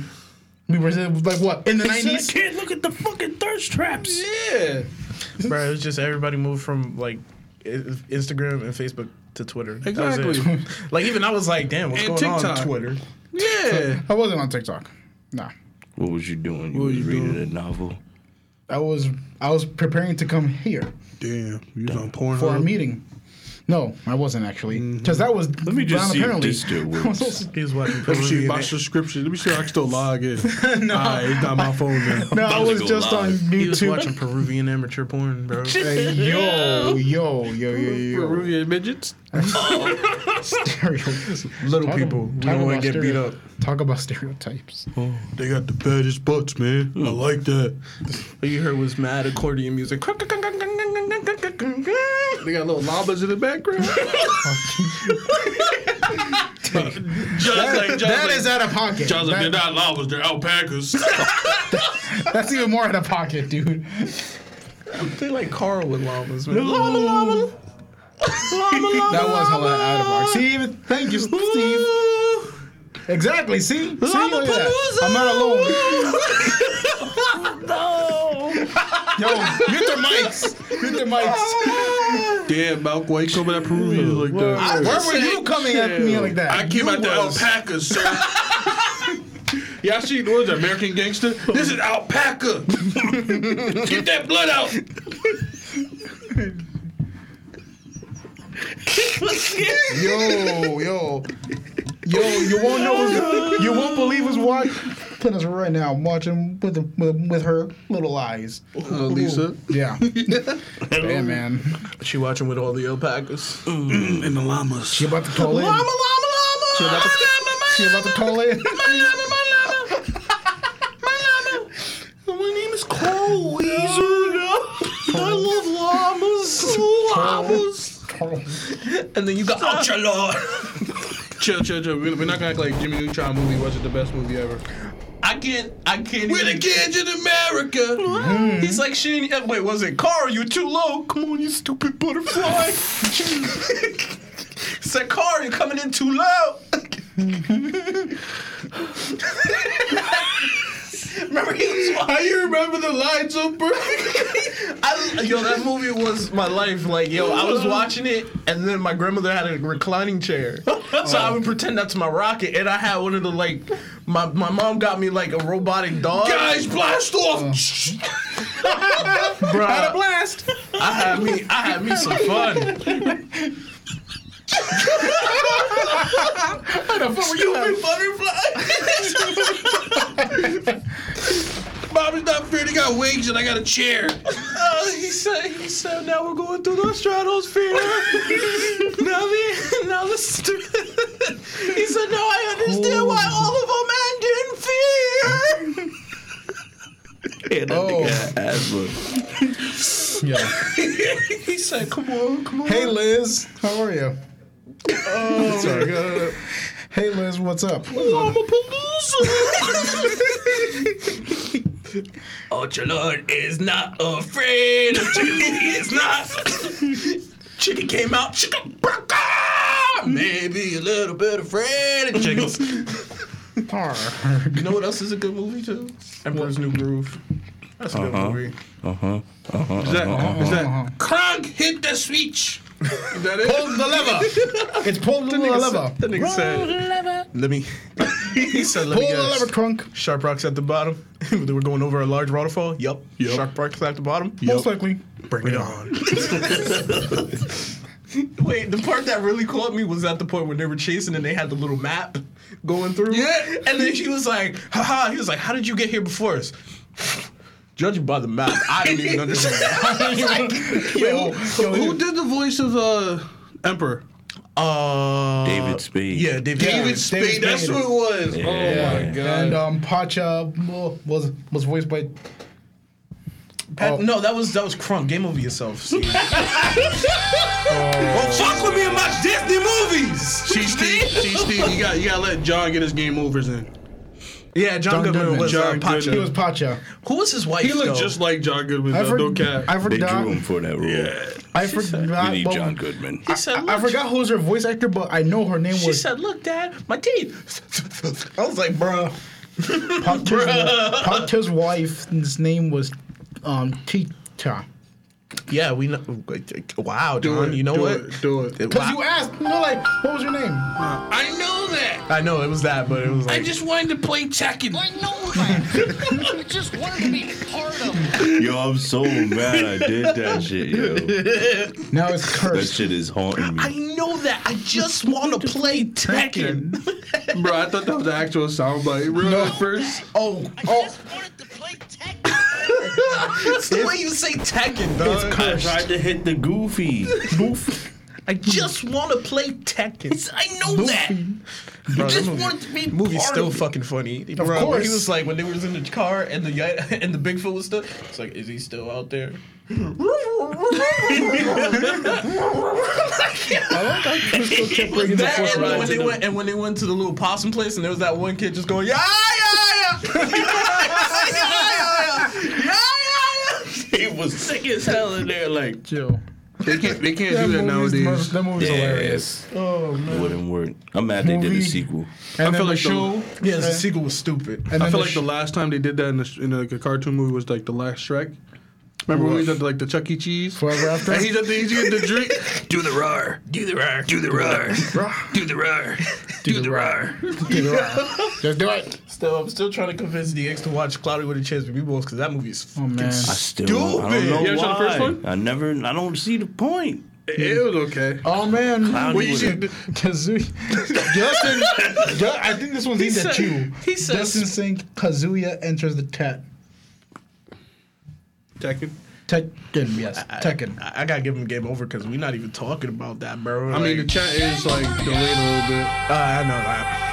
G: We were like what in the nineties?
H: Can't look at the fucking thirst traps.
F: yeah.
E: Bro, it was just everybody moved from like I- Instagram and Facebook to Twitter. That was it.
F: Exactly.
E: like even I was like, damn, what's
F: And
E: going on
F: TikTok.
E: on Twitter?
F: Yeah.
G: I wasn't on TikTok. Nah.
H: What was you doing? You
F: What
H: was
F: you
H: reading
F: doing?
H: a novel.
G: I was I was preparing to come here
F: Damn. You was on
G: for a
F: Pornhub.
G: meeting. No, I wasn't actually because that was
H: Mm-hmm. Let me just
G: Brown
H: see if
G: apparently.
H: this still works.
E: He's what?
F: Let me see my subscription. Let me see how I can still log in. no, it's not my phone now.
G: No, I
H: Those
G: was
H: go
G: just
H: live.
G: on
E: He was
G: YouTube.
E: watching Peruvian amateur porn, bro.
G: Hey, yo, yo, yo, yo, yo, yo.
F: Peruvian midgets.
G: Stereotypes.
E: Little
G: Talk
E: people.
G: ab-
E: We
G: talk
E: don't want
G: about
E: to get beat up.
G: stereo- Talk about stereotypes.
F: Oh, They got the baddest butts, man. I like that.
E: All you heard was mad accordion music.
F: They got little llamas in the background. John's like, John's
G: That
F: like,
G: is out of pocket.
F: John's like,
G: That-
F: they're not llamas, they're alpacas.
G: that's even more out of pocket, dude.
E: They like Carl with llamas, man.
G: That was hella out of pocket. See, even- thank you, Steve. Exactly. See, see, look at that. I'm not alone. no. Yo, mute their mics. Mute their mics.
F: Damn, Malcolm, why you coming at Peruvians like that?
G: Where were you coming at me like that?
F: I came
G: You
F: out the
G: was-
F: alpacas, sir. Y'all see the words American Gangster? This is alpaca. Get that blood out.
G: Yo, yo, yo! You won't know. Who's, you won't believe who's watching. Put us right now. I'm watching with, the, with with her little eyes.
F: Uh, Lisa.
G: Yeah. yeah, man.
E: She watching with all the alpacas.
F: And the llamas.
G: She about to toll in. She about to, she about to toll in.
F: My name is Carl Weezer. I love llamas. Llamas.
E: And then you got ultra lord.
F: Chill, chill, chill. We're we're not gonna act like Jimmy Neutron movie wasn't the best movie ever.
M: I can't. I can't.
F: We're the
M: even-
F: kids in America.
M: He's like, she ain't, uh, wait, was it Carl? You're too low. Come on, you stupid butterfly. It's like, Carl, you're coming in too low. Remember he was
F: How you remember the line so perfect?
E: I, yo, that movie was my life. Like, yo, I was watching it, and then my grandmother had a reclining chair, so I would pretend that's my rocket, and I had one of the like, my my mom got me like a robotic dog.
F: Guys, blast off.
E: Bruh. had a blast. I had me, I had me some fun.
F: Stupid butterfly. Mommy's not afraid. He got wigs and I got a chair.
M: Uh, he said, he said, now we're going through the stratosphere. now the, now the, st- he said, now I understand why all of them end in fear.
G: Oh,
H: Asthma.
G: yeah.
M: he said, come on, come on.
G: Hey, Liz. How are you? Oh my god. Hey, Liz. What's up?
E: Oh,
M: Ultra Lord is not afraid of you. He is not. Chicken came out. Chicken Maybe a little bit afraid of chickens.
G: Arr.
E: You know what else is a good movie too? Emperor's New Groove. That's a
H: Uh-huh.
E: good movie.
H: Uh huh. Uh huh.
F: Is that, is
G: Uh-huh.
F: that Krog hit the switch? Is that it?
G: Pull the lever. It's pull the
E: Nigga
G: lever.
E: said- That nigga said, "Let me." he said, "Let
G: Pull
E: me
G: the
E: guess."
G: lever, crunk.
E: Sharp rocks at the bottom. they were going over a large waterfall. Yup.
F: Yup.
E: Sharp rocks at the bottom.
G: Most likely.
E: Bring it on. Wait, the part that really caught me was at the point when they were chasing and they had the little map going through.
F: Yeah.
E: And then she was like, haha. He was like, how did you get here before us? Judging by the map, I didn't even understand.
G: Yo, yo,
F: Who did the voice of uh, Emperor?
E: uh,
H: David Spade.
E: Yeah, David.
G: Yeah.
E: David.
F: David Spade.
G: Spade.
F: That's who it was. Oh my
H: Yeah.
F: god.
G: And um, Pacha well, was was voiced by.
E: Pat- No, that was that was Crumb. Game over yourself. See?
M: Fuck with me in my Disney movies.
F: you got you got to let John get his game overs in.
E: Yeah, John, Goodman, was uh, Pacha.
G: He was Pacha.
E: Who was his wife?
F: He looked
E: though?
F: just like John Goodman.
G: I
F: though,
G: for-
F: no cap.
G: I
H: They
G: forgot.
H: drew him for that role. Yeah.
G: I
H: We
G: forgot.
H: need
G: well,
H: John Goodman.
M: He said,
G: I
M: look,
G: forgot who was her voice actor, but I know her name
M: She
G: was.
M: said, look, Dad, my teeth.
E: I was like, bruh.
G: Pacha's, wi- Pacha's wife's name was um, Tita.
E: Yeah, we know. Wow, John. you know
F: do
E: what?
F: It, do it.
G: Because
E: Wow.
G: you asked, you know, like, what was your name?
F: I know that.
E: I know it was that, but it was
F: I
E: like
F: just wanted to play Tekken.
I: I know that. I just wanted to be part of it.
H: Yo, I'm so mad I did that shit, yo.
G: Now it's
H: That
G: cursed.
H: shit is haunting
M: I
H: me.
M: know that. I just want to play Tekken.
F: Bro, I thought that was the actual soundbite. Real at first.
E: oh,
I: I just wanted to play tech.
M: That's the way you say Tekken, dog.
H: I tried to hit the goofy.
M: I just want to play Tekken. I know that.
E: bro,
M: I
E: that
M: just
E: movie,
M: wanted to be
E: movie's
M: part
E: still
M: of it.
E: fucking funny. Of
G: course.
E: he was like when they was in the car and the y- and the Bigfoot was still. It's like, is he still out there?
G: I like how you still kept bringing the
E: That,
G: fourth
E: and
G: round
E: when
G: to
E: they
G: them.
E: went and when they went to the little possum place and there was that one kid just going yeah yeah yeah yeah yeah yeah yeah yeah.
H: he was sick as hell in there, like.
G: Jill.
F: They can't. They can't
G: That
F: do that
G: movie
F: nowadays.
G: is- That movie's hilarious.
H: Yes.
G: Oh
H: It
G: man.
H: wouldn't work. I'm mad they did
G: Movie.
H: a sequel.
G: And
F: I feel
G: then
F: like
G: with the-
F: show.
E: Yeah, the sequel was stupid.
G: And then
F: I feel
G: the
F: like the
G: sh-
F: last time they did that in, a, in a, cartoon movie was like the last Shrek. Remember when we did like the Chuck E. Cheese?
G: Forever After?
F: And he did the, he did the drink.
H: Do the roar. Do the roar. Do the roar. Do the roar. Do the roar.
G: Just do it.
E: Still, I'm still trying to convince DX to watch Cloudy with a Chance with Meatballs because that movie is.
G: Oh man.
H: I still I don't know
F: You ever saw the
H: why.
F: first one?
H: I never. I don't see the point.
F: It, it was okay.
G: Oh man.
H: Cloudy
G: What you
H: with
G: should do- Kazoo- Justin. Ju- I think this one's in the
M: said-
G: chew.
M: he said-
G: Justin saying Kazuya enters the tet.
F: Tekken.
G: Tekken,
H: Uh,
G: yes. Tekken.
E: I, I gotta give him game over because we're not even talking about that, bro.
F: I mean, the chat is like delayed a little bit.
E: uh, I know that.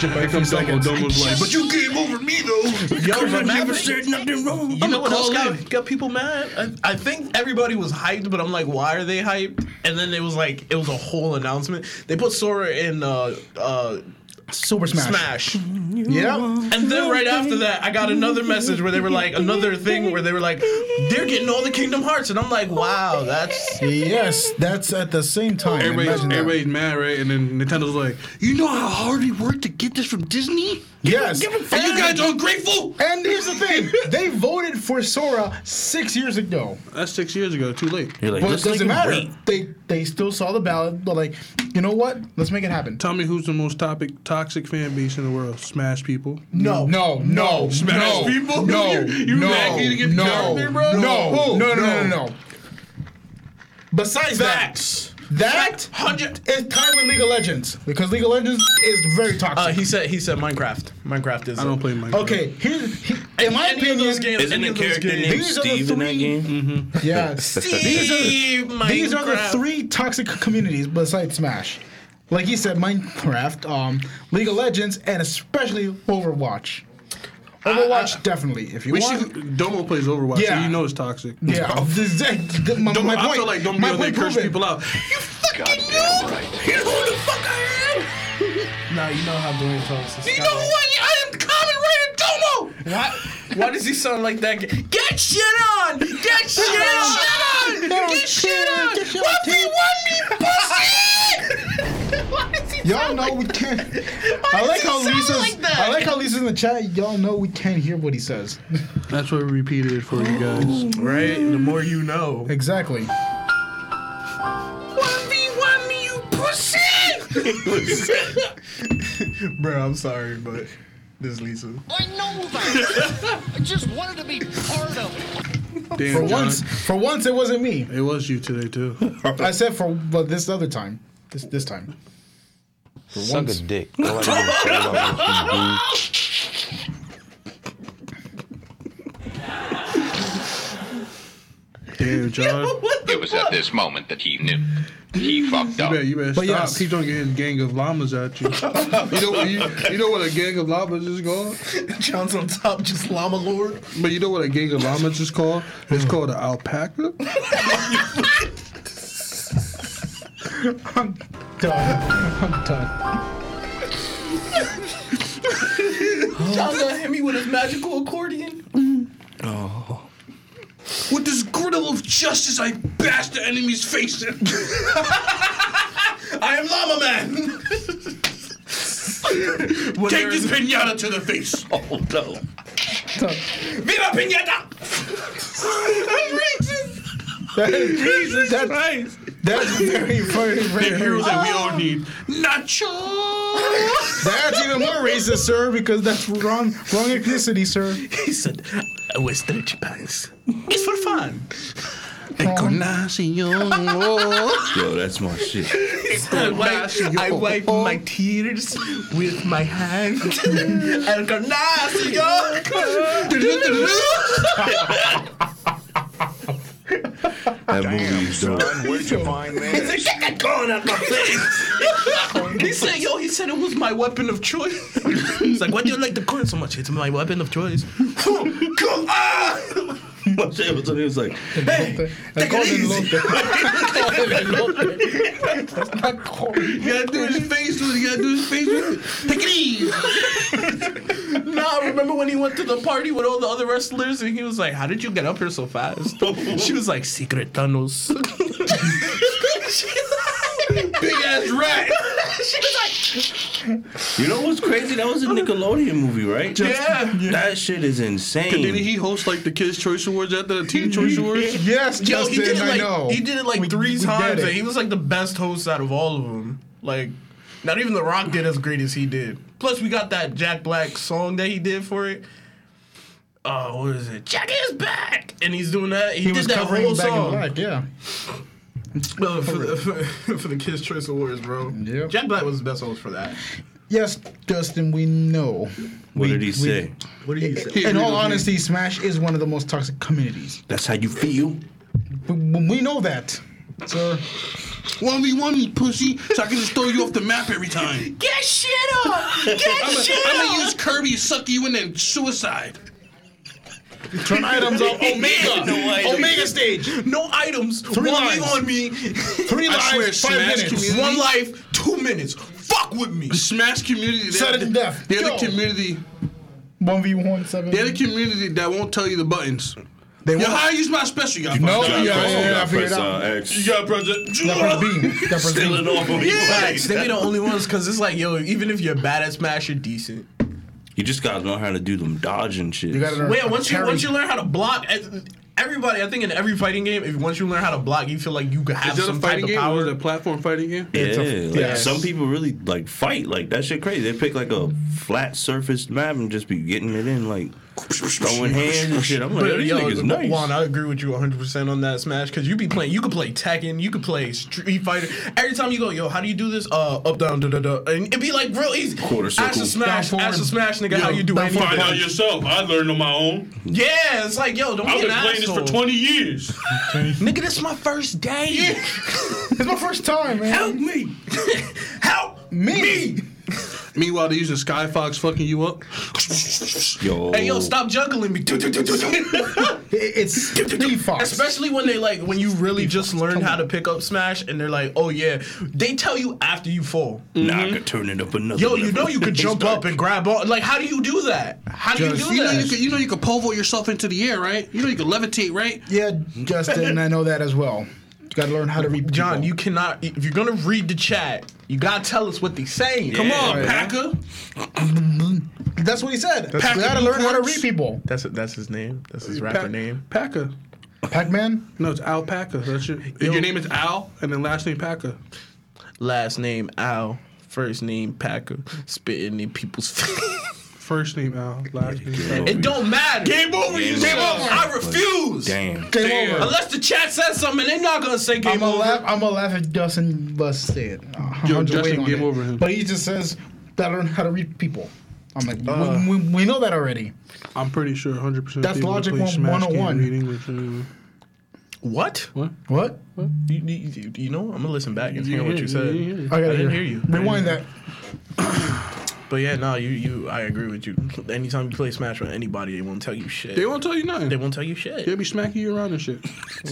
F: Here comes Dumbo. Dumbo's like, but you gave over me though.
E: Yo,
H: I
E: remember,
H: never said nothing wrong.
E: you know what else got, got people mad? I, I think everybody was hyped, but I'm like, why are they hyped? And then it was like, it was a whole announcement. They put Sora in uh, uh,
G: Super Smash.
E: Smash.
G: Yeah.
E: And then right after that, I got another message where they were like, another thing where they were like, they're getting all the Kingdom Hearts. And I'm like, wow, that's.
G: Yes, that's at the same time.
F: Everybody's,
G: Imagine that.
F: everybody's mad, right? And then Nintendo's like, you know how hard we worked to get this from Disney?
G: Yes.
F: Are you guys ungrateful?
G: And here's the thing: they voted for Sora six years ago.
F: That's six years ago. Too late.
H: You're like,
G: But
H: let's
G: it doesn't
H: make him
G: matter.
H: wait.
G: They they still saw the ballot. But like, you know what? Let's make it happen.
F: Tell me who's the most topic, toxic fan base in the world? Smash people.
G: No, no, no,
F: Smash
G: no,
F: people?
G: No,
F: You- you
G: no,
F: mad you didn't get
G: no,
F: character, bro?
G: No,
F: Who?
G: no, no, no, no,
F: No.
G: no. Besides that, that
E: Hundred.
G: is kind of League of Legends because League of Legends is very toxic.
E: Uh, he said he said Minecraft. Minecraft is.
F: I don't play Minecraft.
G: okay, here's he, in my
E: Any of
G: opinion.
E: those games.
H: Isn't
E: any
H: the
E: of those
H: character
E: games-
H: named
G: These are the
H: Steve in that
G: three-
H: game?
G: Yeah, these are These are the
E: Minecraft.
G: three toxic communities besides Smash. Like he said, Minecraft, um, League of Legends, and especially Overwatch. Overwatch, definitely. If you
F: We
G: want,
F: should. Domo plays Overwatch, so
G: Yeah.
F: you know it's toxic.
G: yeah. this- that- that- my,
F: Domo,
G: my
F: I
G: point.
F: feel like Domo
G: my
F: be on there
G: point
F: curse
G: proven.
F: people out.
E: Nah, you know how Dwayne talks. This guy-
M: I am? Common Raider Domo.
E: Why, why does he sound like that? guy?
M: Get shit on. Get shit on. Get shit on. Get shit on. One me, one me, pussy. Why does he
G: Y'all know we can't. I
M: does
G: like
M: he
G: how
M: sound
G: Lisa's.
M: like that?
G: I like how Lisa's in the chat. Y'all know we can't hear what he says.
F: That's why we repeated it for you guys.
E: Right? The more you know.
G: Exactly.
M: One me, one me, you pussy.
E: Bro, I'm sorry, but this is Lisa.
I: I know that. I just wanted to be part of it.
F: Damn,
G: For
F: John,
G: once, for once, it wasn't me.
F: it was you today too.
G: I said for, but this other time, this this time.
H: Suck a dick. Nobody gives a shit about what you do.
F: Damn, John.
N: It was at this moment that he knew. He fucked
F: You
N: up.
F: better, you better stop.
G: yes.
F: He's gonna get his gang of llamas at you. you know, what- you, you know what a gang of llamas is called.
E: John's on top, just llama lord.
F: But you know what a gang of llamas is called? It's called an alpaca.
G: Done. I'm done.
M: John gonna hit me with his magical accordion.
H: Oh.
F: With this griddle of justice, I bash the enemy's face in. I am Llama Man. Take this pinata to the face.
H: Oh no.
F: Viva pinata! I'm racist.
G: That is,
F: Jesus
G: that-
F: Christ.
G: That's very funny.
F: The
G: Very
F: hero that we
M: Oh.
F: all need. Nacho.
G: That's even more racist, sir, because that's wrong, wrong ethnicity, sir.
F: He said, I wear stretchy pants. It's for fun. Encarnacion.
H: Yo, that's my shit.
E: I wipe, I wipe my tears with my hand.
M: Encarnacion.
H: That movie is dope.
J: Where'd you find
M: He
J: this?
M: said, "Shut that gun out my face." he said, "Yo," he said it was my weapon of choice.
E: He's like, why do you like the corn so much? It's my weapon of choice.
M: Come on!
E: Ah.
H: My shit was, he was like,
G: Hey, I called it Lope.
F: You gotta do his face with it. You gotta do his face with it. Take it easy.
E: Nah, remember when he went to the party with all the other wrestlers and he was like, How did you get up here so fast? she was like, Secret tunnels.
F: Big ass rat.
H: you know what's crazy? That was a Nickelodeon movie, right?
E: yeah.
H: That shit is insane.
F: Didn't he host like the Kids Choice Awards after the Teen Choice Awards?
G: Yes,
E: Yo, he
G: Justin,
E: did it
G: I
E: like
G: know.
E: he did it like
G: We-
E: three
G: we
E: times
G: get
E: and
G: it.
E: he was like the best host out of all of them. Like, not even The Rock did as great as he did. Plus, we got that Jack Black song that he did for it. Uh, what is it? Jack is back, and he's doing that. He,
G: He
E: did
G: was
E: that
G: covering
E: whole
G: back in
E: song.
G: black, yeah.
E: Well, for, the, for, the Kids Choice Awards, bro.
G: Yep.
E: Jack Black was the best host for that.
G: Yes, Justin, we know.
H: what did he say?
E: What do you say?
G: In all honesty, Smash is one of the most toxic communities.
H: That's how you feel.
G: We, we know that, sir.
F: One v one me pussy, so I can just throw you off the map every time.
M: Get shit up! Get
F: I'm
M: shit
F: gonna
M: up!
F: use Kirby, suck you in, and suicide.
G: Turn items off.
F: Omega, Omega stage.
E: No items.
G: Three
E: one
G: lines.
E: leg on me.
G: Three
F: I
G: lives,
F: swear,
G: five
F: Smash
G: minutes.
F: community-
E: one life, two minutes. Fuck with me.
F: The Smash community.
G: Set it to death.
F: They're
G: Go.
F: the community.
G: One v one seven.
F: They're the community that won't tell you the buttons.
G: They
F: Yo,
G: won't.
F: how I use my special? You got
E: Oh,
G: No,
H: Gotta
G: yeah,
H: press-
G: yeah,
H: you
G: yeah, I
H: gotta
G: figured
H: press,
G: it out.
H: uh, X.
F: You got president.
G: Leopard beam. Leopard
H: Stealing
G: bean.
H: off of you.
E: Facts. They be the only ones because it's like, yo, even if you're bad at Smash, you're decent.
H: You just gotta know how to do them dodge and shit.
G: You gotta learn.
E: Well, yeah,
G: how to
E: once you
G: parry.
E: once you learn how to block, as- everybody, I think in every fighting game, if once you learn how to block, you feel like you could have
F: Is that a
E: some type
F: fighting
E: of
F: game or is it a
E: power.
F: platform fighting game?
H: Yeah,
G: It's a-
H: like,
G: yeah.
H: some people really like fight like that shit crazy. They pick like a flat surface map and just be getting it in like throwing hands and shit. I'm like,
E: But
H: this
E: yo, uh,
H: nigga's nice.
E: Juan, I agree with you 100 percent on that Smash because you be playing, you could play Tekken, you could play Street Fighter. Every time you go, yo, how do you do this? Uh, up down, da da da, and it'd be like real easy.
H: Quarter circle.
E: Ash and Smash,
G: Down, forward.
E: Ash and Smash, nigga, how you do
G: down,
E: anything?
G: forward.
F: yourself. I learned on my own.
E: Yeah, it's like, yo, don't be an asshole.
F: years.
E: Nigga, this is my first day.
G: It's my first time, man.
E: Help me. Help me.
F: Meanwhile, they're using Sky Fox fucking you up.
H: yo,
E: Hey, yo, stop juggling me.
G: It- It's three fox.
E: Especially when they like when you really just learn how to pick up smash and they're like, oh yeah. They tell you after you fall.
H: Nah, I could turn it up another.
E: Mm-hmm. Yo, you
H: level.
E: know you could jump up and grab on. Like, how do you do that? How do you
G: Just-
E: do
F: You know you
E: that?
F: can, you know you can povo yourself into the air, right? You know you can levitate, right?
G: Yeah, Justin, I know that as well. You gotta learn how to read.
E: John,
G: people.
E: you cannot if you're gonna read the chat, you gotta tell us what they saying.
F: Come
H: Yeah.
F: on, Oh, Packer.
G: That's what he said. You
F: Pack
G: gotta
F: of
G: learn how to
F: cards.
G: read people.
E: That's that's his name. That's his rapper name.
F: Packer.
G: Pac Man?
F: No, it's Al Packer. That's your.
E: Yo.
F: Your name is Al, and then last name Packer.
E: Last name Al, first name Packer, spitting in people's face.
F: First name Al, last name Packer.
E: It don't matter. Game over.
H: you
E: Game
H: suck.
E: over. I refuse.
H: Damn.
G: Game over.
E: Unless the chat says something, they're not gonna say game
G: I'm gonna
E: over.
G: laugh. I'm gonna laugh at Justin Bus say it. I'm
F: Yo,
G: just
F: Justin,
G: waiting on
F: game
G: it.
F: over him.
G: But he just says that I learn how to read people. I'm like,
F: Uh.
G: we, we, we know that already.
F: I'm pretty sure 100. percent
G: That's logic one- 101.
F: Read English anyway.
E: What?
F: What?
G: What?
E: You, you, you know, I'm gonna listen back and hear
F: Yeah,
E: what you
F: yeah,
E: said.
F: yeah, yeah.
G: I, gotta
E: I didn't hear you.
G: Rewind that.
E: But yeah, no, you, you, I agree with you. Anytime you play Smash with anybody, they won't tell you shit.
F: They won't tell you nothing.
E: They
F: They
E: won't tell you shit.
F: will be smacking you around and shit.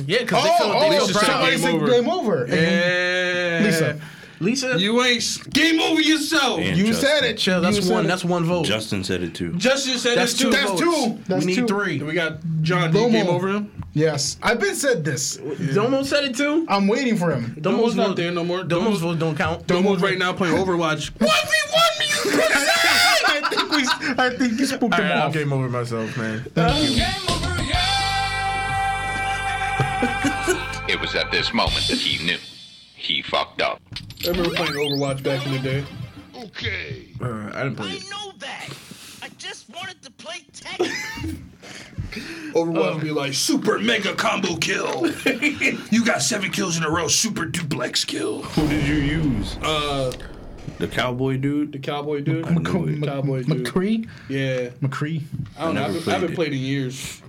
E: Yeah, because
G: Oh,
E: they feel
G: oh,
E: they feel
F: just
E: proud.
F: say
G: somebody
F: game
G: said
F: over.
G: game over. And
F: Yeah.
G: Lisa.
E: Lisa,
F: you ain't s- game over yourself.
H: And
E: you
H: Justin.
E: said it. Chill, that's
H: You
E: one.
H: said it.
E: That's one vote.
H: Justin said it too.
F: Justin said
E: That's
F: it's
E: two.
F: That's
E: votes.
F: two.
E: we need
G: two.
E: three.
F: We got John D
G: Domo.
F: game over him.
G: Yes, I've been said this.
E: Domo said it too.
G: I'm waiting for him.
F: Domo's
E: vote-
F: not there no more.
E: Domo's
F: Domo's
E: vote don't count.
F: Domo's right now playing Overwatch.
G: I think we, I think you spooked
E: All
G: him
E: right, I'm
G: off.
E: game over myself, man.
N: It was at this moment that he knew he fucked up.
F: I remember playing Overwatch back in the day.
I: Okay.
E: Uh, I didn't play it.
I: know that. I just wanted to play Tekken.
F: Overwatch be like super mega combo kill. you got seven kills in a row. Super duplex kill.
H: Who did you use?
F: Uh,
H: The cowboy dude.
F: the cowboy dude.
H: knew it.
F: Cowboy dude.
G: McCree?
F: Yeah,
G: McCree?
F: I don't know. I
H: never
F: haven't played, I haven't
H: played
F: played in years.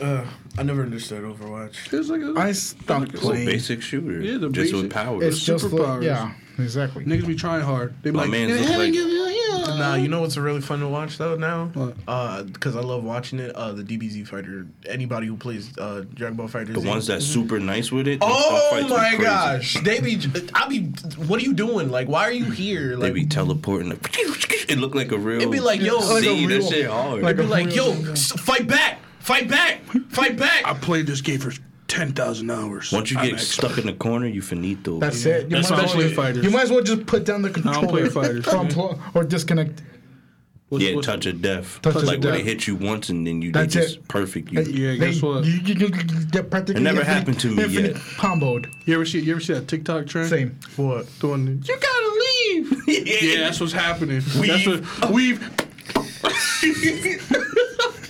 E: Uh, I never understood Overwatch.
F: It's like a,
G: I stopped
H: It's a
G: playing.
H: basic shooter.
F: Yeah, the
H: just with
F: basic-
H: powers.
G: It's just like,
F: superpowers.
G: yeah, exactly.
F: niggas be trying hard. They be
H: My
F: like,
H: man's
F: "Yeah, yeah,
H: look like-
F: yeah, yeah, yeah."
E: Nah, you know what's really fun to watch though now?
F: Um, What?
E: Uh, because I love watching it. Uh, the DBZ fighter. Anybody who plays uh Dragon Ball Fighter.
H: The ones that's super nice with it. their
E: Oh
H: fights be
E: my
H: crazy.
E: gosh! They be. I be. What are you doing? Like, why are you here?
H: They
E: Like,
H: be teleporting. It looked like a real.
E: It'd be like, yo,
H: see,
E: like a
H: that
E: real-
H: shit hard.
E: I'd be like, yo, s- fight back, fight back, fight back.
F: I played this game for ten thousand hours.
H: Once you
F: I'm
H: get
F: expert.
H: stuck in the corner, you finito.
G: That's it. You
F: That's
G: might
F: why I
G: as
F: don't
G: well-
F: play fighters.
G: You might as well just put down the controller.
F: play fighters.
G: Or unplug- or disconnect.
F: What's-
H: yeah,
F: what's-
H: touch of death.
G: Touch of
H: like when
G: death.
H: they hit you once and then you they
G: That's
H: just
G: it.
H: perfect you.
F: Yeah, guess what?
G: You, you, you, you get practically
H: It never
G: infinite-
H: happened to me
G: infinite
H: yet.
G: Comboed.
F: You ever see? You ever see that TikTok trend?
G: Same.
E: What?
F: The one. You gotta leave. yeah, that's what's happening. That's what we've.
H: Yeah,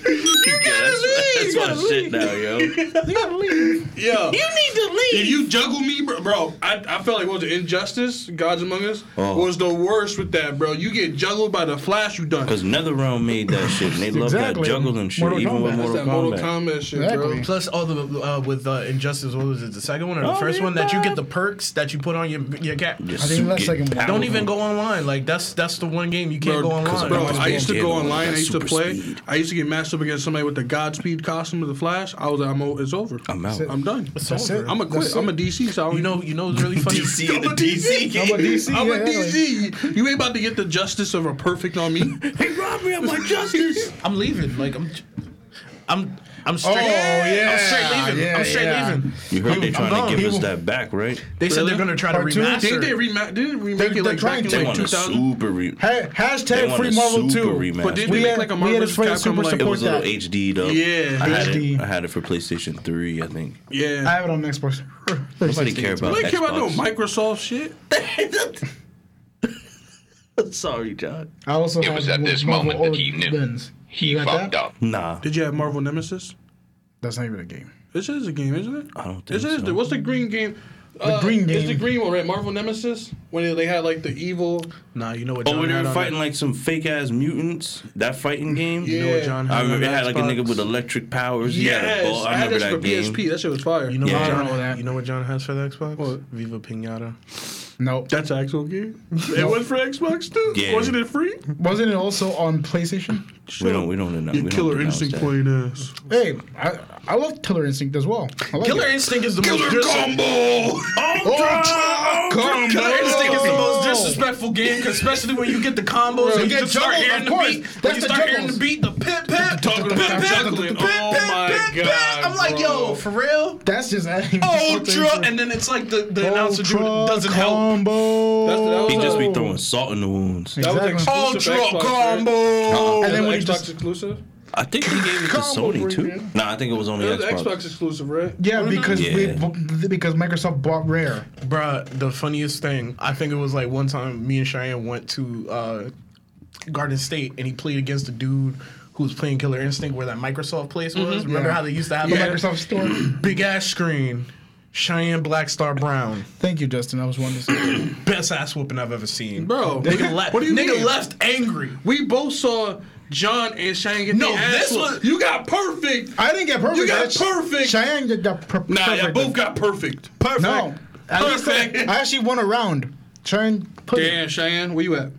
H: that's, that's my shit now, yo.
F: Yeah. You need to leave. If you juggle me, bro, bro I, I felt like what was it, Injustice, Gods Among Us,
H: Oh.
F: was the worst with that, bro. You get juggled by the Flash, you done.
H: Because Netherrealm made that shit, and they love
G: Exactly.
H: that juggling shit,
G: Mortal
H: even with
G: Kombat.
F: That's
H: Mortal
F: that
H: Kombat.
F: Mortal Kombat shit, bro.
G: Exactly.
E: Plus all the uh, with uh, injustice. What was it? The second one or the first one that you get the perks that you put on your your cat.
H: Your
G: I think
H: suit
G: that's
H: get
G: second one.
H: powerful.
E: Don't even go online. Like that's that's the one game you can't
F: Bro,
E: go online.
F: bro,
H: Because
F: I used to
H: Mortal
F: go
H: Kombat
F: online. I
H: got
F: used to
H: super
F: play.
H: speed.
F: I used to get matched up against somebody with the Godspeed costume of the Flash. I was like, I'm, o- it's over.
H: I'm out.
F: I'm done.
G: That's it.
F: I'm a quit.
G: That's
F: I'm a
G: it.
F: DC. So I don't
E: you know, you know, it's really funny.
H: DC and the DC
G: I'm a
H: game.
G: DC.
F: I'm
G: yeah,
F: a DC. You ain't about to get the justice of a perfect on me.
H: Hey, rob me of my justice.
E: I'm leaving. Like I'm, I'm, I'm straight.
G: Oh,
E: I'm
G: yeah,
E: straight leaving.
G: yeah,
E: I'm straight
G: yeah.
E: leaving.
H: You heard they
E: I'm
H: trying
E: gone.
H: to give
E: People-
H: us that back, right?
E: They said they're
F: Really?
E: gonna try to
G: Part two?
E: remaster.
F: Didn't they rema- didn't remake
G: They're-
F: it
G: they're
F: like
G: trying
F: back
G: to.
F: in
H: They
F: like
H: want a
F: 2000?
H: super re-
G: Ha-
H: They
G: hashtag
H: want
G: free
H: a
G: Marvel
H: super
G: 2.
H: remaster.
F: But did
G: We
F: they
G: had-
F: make like a
G: we
F: Marvel
G: had a friend
F: vs.
G: super
F: Capcom like
H: It was
G: support
H: a little
G: that.
H: HD though.
F: Yeah.
H: I had
G: HD.
H: it. I had it for PlayStation Three, I think.
G: I
F: Yeah.
G: have it on Xbox.
H: Nobody care about.
F: Nobody care about no
H: Xbox.
F: Microsoft shit.
H: Sorry, John.
G: I also
N: It
G: have
N: was at
G: Marvel
N: this moment that he knew.
G: Origins.
N: He
G: You got
N: fucked
G: that?
N: up.
H: Nah,
F: Did you have Marvel Nemesis?
G: That's not even a game.
F: This is a game, isn't it?
H: I don't
F: This
H: think
F: is
H: so.
F: the, what's the green game?
G: The green
F: Uh, It's the
G: game.
F: green one, right? Marvel Nemesis when they had like the evil.
E: Nah, you know what?
H: Oh,
E: John
H: when they
E: had
H: were
E: on
H: fighting like some fake ass mutants, that fighting game.
E: that- You know what John had
H: I
E: on
H: remember it
E: that
H: had like a
E: Xbox?
H: nigga with electric powers. He had a
F: Yes,
H: ball. I
F: I had
H: remember
F: this for
H: that game.
F: PSP. That shit was fire.
E: You know
H: Yeah.
E: what
G: I don't know
E: John?
G: that.
E: You know what John has for the Xbox?
F: What?
E: Viva Pinata.
G: No.
F: That's an actual game. It was for Xbox too.
H: Yeah.
F: Wasn't it free?
G: Wasn't it also on PlayStation?
H: We don't. We don't. Announce,
F: Your
H: we don't
F: Killer
H: pronounce
F: Instinct
H: that.
F: playing ass.
G: Hey, I, I love Killer Instinct as well. I like
E: Killer
G: it.
E: Instinct is the most combo.
H: Oh,
G: Ultra Combo!
E: Killer Instinct is the most disrespectful game, 'cause especially when you get the combos and you
G: get
E: just start
G: juggled,
E: hearing
G: of
E: the
G: course.
E: beat. When
G: That's
E: you
G: the
E: start hearing
G: juggles.
E: the beat, the pip pip,
F: Talking
E: pip,
F: about
E: pip,
F: juggling.
E: pip, pip,
F: Oh my
E: pip, pip.
F: God,
E: I'm like,
F: bro.
E: yo, for real?
G: That's just
E: Ultra, and then it's like the, the announcer dude doesn't help.
G: combo.
F: That's, that was
H: He
F: a-
H: just be
G: Oh.
H: throwing salt in the wounds.
F: That was
G: Exactly.
F: exclusive
E: Ultra
F: Xbox,
E: combo.
F: Right?
H: Uh-uh.
G: And
F: That
G: then
F: was
G: when you
F: Xbox
G: just
F: exclusive.
H: I think they gave it to
G: Combo
H: Sony too.
G: breaker.
H: Nah, I think it was only
F: That was
H: Xbox.
F: Xbox exclusive, right?
G: yeah,
F: Wasn't it?
G: because
H: Yeah.
G: We, because Microsoft bought Rare.
E: Bruh, the funniest thing, I think it was like one time me and Cheyenne went to uh, Garden State and he played against a dude who was playing Killer Instinct where that Microsoft place was. Remember
G: Yeah.
E: how they used to have
G: The
E: the
G: Microsoft Store.
E: big ass screen, Cheyenne Black Star Brown.
G: Thank you, Justin. I was wondering.
E: Best ass whooping I've ever seen.
F: Bro,
E: Nigga, le-
F: what do you
E: nigga
F: mean?
E: left angry.
F: We both saw John and Shane get
E: No,
F: their ass
E: this
F: whooped.
E: was-
F: You got perfect.
G: I didn't get perfect.
F: You got
G: That's-
F: perfect.
G: Cheyenne got- got per-
F: nah,
G: perfect.
F: y'all both got perfect.
E: Perfect.
G: No. At least
F: Perfect.
G: I, I actually won a round. Cheyenne put it.
F: Damn, Cheyenne, where you at?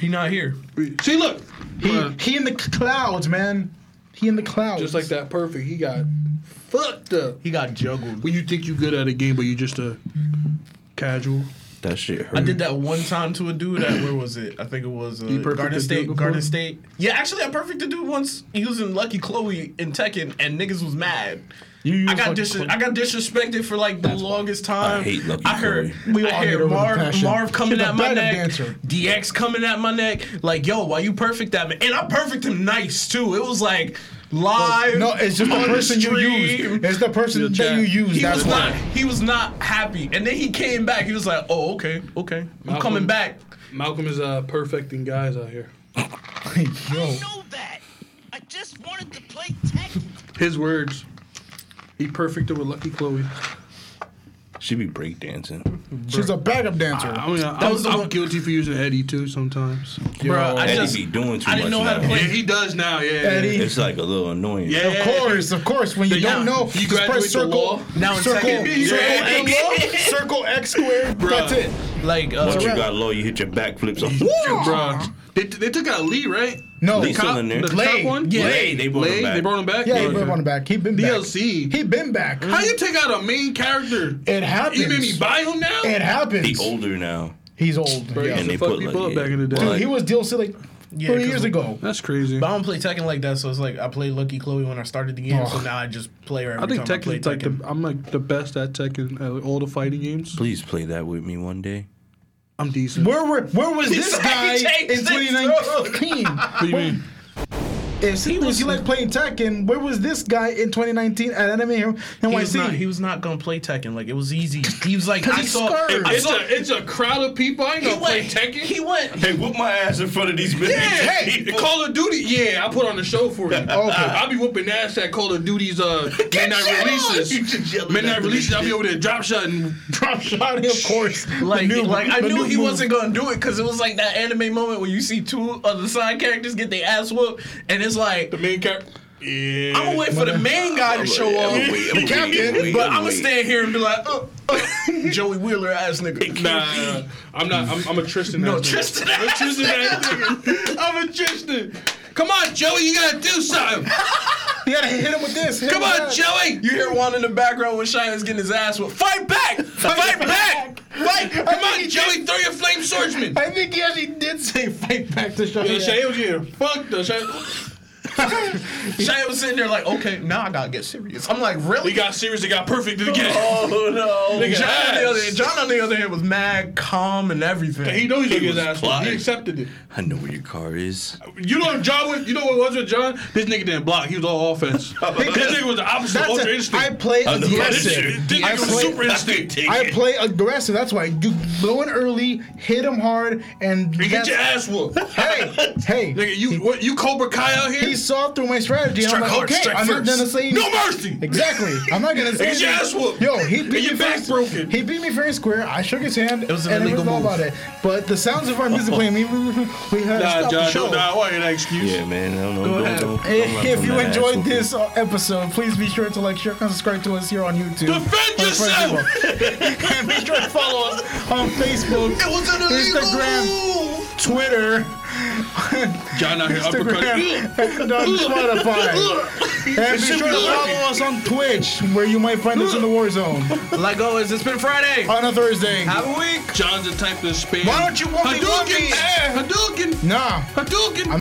E: He not here.
F: See, look,
G: He, he in the c- clouds, man. He in the clouds.
F: just like that, perfect. He got fucked up.
E: He got juggled.
F: When you think you good at a game, but you just a casual.
H: That shit hurt.
E: I did that one time to a dude at where was it? I think it was uh,
H: You perfected
E: Garden
H: dude
E: State.
H: before?
E: Garden State. Yeah, actually, I perfected dude once using Lucky Chloe in Tekken, and niggas was mad. I got
M: Lucky
E: dis-
M: Chloe?
E: I got disrespected for like the longest time.
H: I hate Lucky
E: I heard
H: Chloe.
E: we
G: We
E: I
G: all hate her
E: heard
G: with a
E: Marv
G: passion.
E: Marv coming
G: She's a
E: at my
G: backup
E: neck,
G: dancer.
E: DX coming at my neck. Like yo, why you perfect that man? And I perfect him nice too. It was like live.
G: No, it's just the
E: on
G: person you
E: stream.
G: use. It's the person that you use.
E: He
G: that's
E: was
G: why.
E: not. He was not happy, and then he came back. He was like, "Oh, okay, okay, I'm
F: Malcolm-
E: coming back."
F: Malcolm is uh, perfecting guys out here.
G: Yo.
F: His words. He perfected with Lucky Chloe.
H: She be breakdancing.
G: She's a backup dancer.
F: I mean, I,
G: That
F: am
G: was the
F: I'm
G: one-
F: guilty for using Eddie too sometimes.
H: Bro, I Eddie just- be doing too I didn't much know how to now. play.
F: Yeah, he does now. Yeah, yeah,
G: Eddie.
H: It's like a little annoying.
F: Yeah.
G: Of course, of course. When you
F: Yeah.
G: don't know,
F: You
G: you
F: graduate
G: just press
F: the
G: circle.
F: wall. Now in
G: circle,
F: second.
G: circle,
F: Yeah.
G: X, circle X squared.
F: Bruh.
G: That's it.
E: Like, uh,
H: Once you got low, you hit your backflips. on-
F: yeah. Bro, they, they took out Lee, right?
G: No,
H: Lee still in there.
F: The
G: Lay.
F: top one.
H: Yeah. Lay, they brought him
F: Lay,
H: back.
F: They brought him back.
G: Yeah, he
F: Okay.
G: been on the back. He been back.
F: DLC.
G: He been back.
F: How you take out a main character?
G: It happens.
F: You made me buy him now.
G: It
H: He
G: happens.
H: older now.
G: He's old.
F: Bro,
G: yeah.
H: And
F: and
H: they
F: they fuck
H: put,
F: people
H: like,
F: up back in the day.
H: yeah.
G: Dude, he was DLC like
E: Yeah,
G: three
E: 'cause
G: years
E: we-
G: ago.
F: That's crazy.
E: But I don't play Tekken like that, so it's like I play Lucky Chloe when I started the game. So
G: Oh.
E: now I just play her. Every
F: I think
E: time I play
F: Tekken's like
E: Tekken.
F: the I'm like the best at Tekken at all the fighting games.
H: Please play that with me one day.
F: I'm decent.
G: Where were, where was this guy
E: changed
G: in
E: his
G: 2019?
F: What do you mean?
G: if he was he like playing Tekken, where was this guy in 2019 at Anime Hero
E: he was, not,
G: NYC?
E: he was not gonna play Tekken. Like it was easy. He was like,
G: 'Cause
E: I
G: he's
E: saw.
G: scared.
E: I
F: It's
E: saw
F: a, it's a crowd of people. I ain't
E: he
F: gonna play
E: went.
F: Tekken.
E: He went.
H: Hey, whoop my ass in front of these men.
F: Yeah, hey, Call of Duty. Yeah, I put on the show for you. okay, I'll be whooping ass at Call of Duty's uh, midnight releases. Midnight releases. I'll be over there drop shotting.
G: Drop shot, of course. The
E: Like,
G: new-
E: like I
G: the
E: knew
G: new
E: he
G: move.
E: wasn't gonna do it because it was like that anime moment where you see two of the side characters get their ass whooped, and it's like
F: The main character. Yeah.
E: I'm gonna wait for the main guy to show up,
H: I'ma wait, I'ma wait, I'ma wait,
E: but
H: I'ma
E: I'm gonna
H: wait.
E: stand here and be like, uh, uh, Joey Wheeler ass nigga.
F: Nah, nah, I'm not. I'm, I'm a Tristan.
E: No,
F: ass nigga.
E: Tristan
F: I'm a
E: ass
F: Tristan. ass nigga. I'm a Tristan. Come on, Joey, you gotta do something.
G: You gotta hit him with this. hit
F: Come
G: him with
F: on,
G: that.
F: Joey.
E: You hear one in the background when Shine's getting his ass whooped. Fight back! Fight back!
F: Wait, come on, Joey, throw your flame swordsman.
G: I think he actually did say fight back to Shia.
F: Yeah, Shay was here. Fuck the Shay.
E: Shia was sitting there like, okay, now I gotta get serious. I'm like, really?
F: He got serious. It got perfect again.
E: Oh no!
F: Nigga
E: John, on the
F: ass.
E: other, John on the other hand was mad, calm, and everything.
F: He knows he took his
H: was
F: ass.
H: plotting.
F: He accepted it.
H: I know where your car is.
F: You know John. Was, you know what was with John? This nigga didn't block. He was all offense. this nigga was the opposite of
G: That's
F: ultra
G: a, I
F: instinct.
G: play
H: know what
F: This,
G: aggressive.
F: shit- this
G: I
F: nigga was
G: play-
F: super instinct.
G: I play aggressive. That's why you blow in early, hit him hard, and
F: You get
G: that's-
F: your ass whooped.
G: Hey, hey,
F: Nigga, you what, you Cobra Kai out here?
G: he saw through my strategy. and I'm
F: Strike
G: like,
F: hard,
G: okay,
F: strike
G: I'm
F: first.
G: not gonna say
F: no mercy.
G: Exactly. I'm not gonna say.
F: Get your
G: anything.
F: ass whooped.
G: Yo, he
F: And
G: beat
F: your
G: me
F: back
G: first.
F: broken.
G: He beat me fair and square. I shook his hand.
E: was an
G: and
E: illegal
G: everyone
E: move.
G: thought about it. But the sounds of our music playing, we, we, we had to
F: Nah,
G: stop the
F: John.
G: show.
F: Don't nah, why that excuse?
H: Yeah, man. I don't know. Don't-
E: ahead.
H: don't- don't run
G: If
H: from
G: you
H: that
G: enjoyed
H: ass
G: this uh, episode, please be sure to like, share, and subscribe to us here on YouTube.
F: Defend
G: On
F: yourself!
G: Facebook. and be sure to follow us on Facebook, Instagram, Twitter,
F: John out here uppercutting.
G: Instagram, and on Spotify. and be sure to follow us on Twitch, where you might find us in the War Zone
E: Like always, it's been Friday.
G: on a Thursday.
E: Have a week.
F: John's a type of spam.
G: Why don't you want me? Want
F: Hadouken! Eh,
G: me?
F: Hadouken!
G: Nah.
F: Hadouken!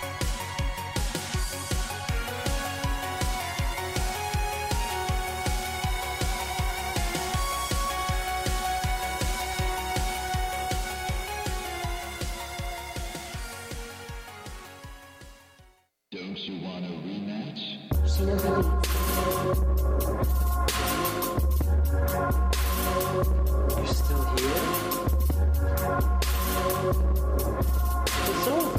O: You're still here? It's over.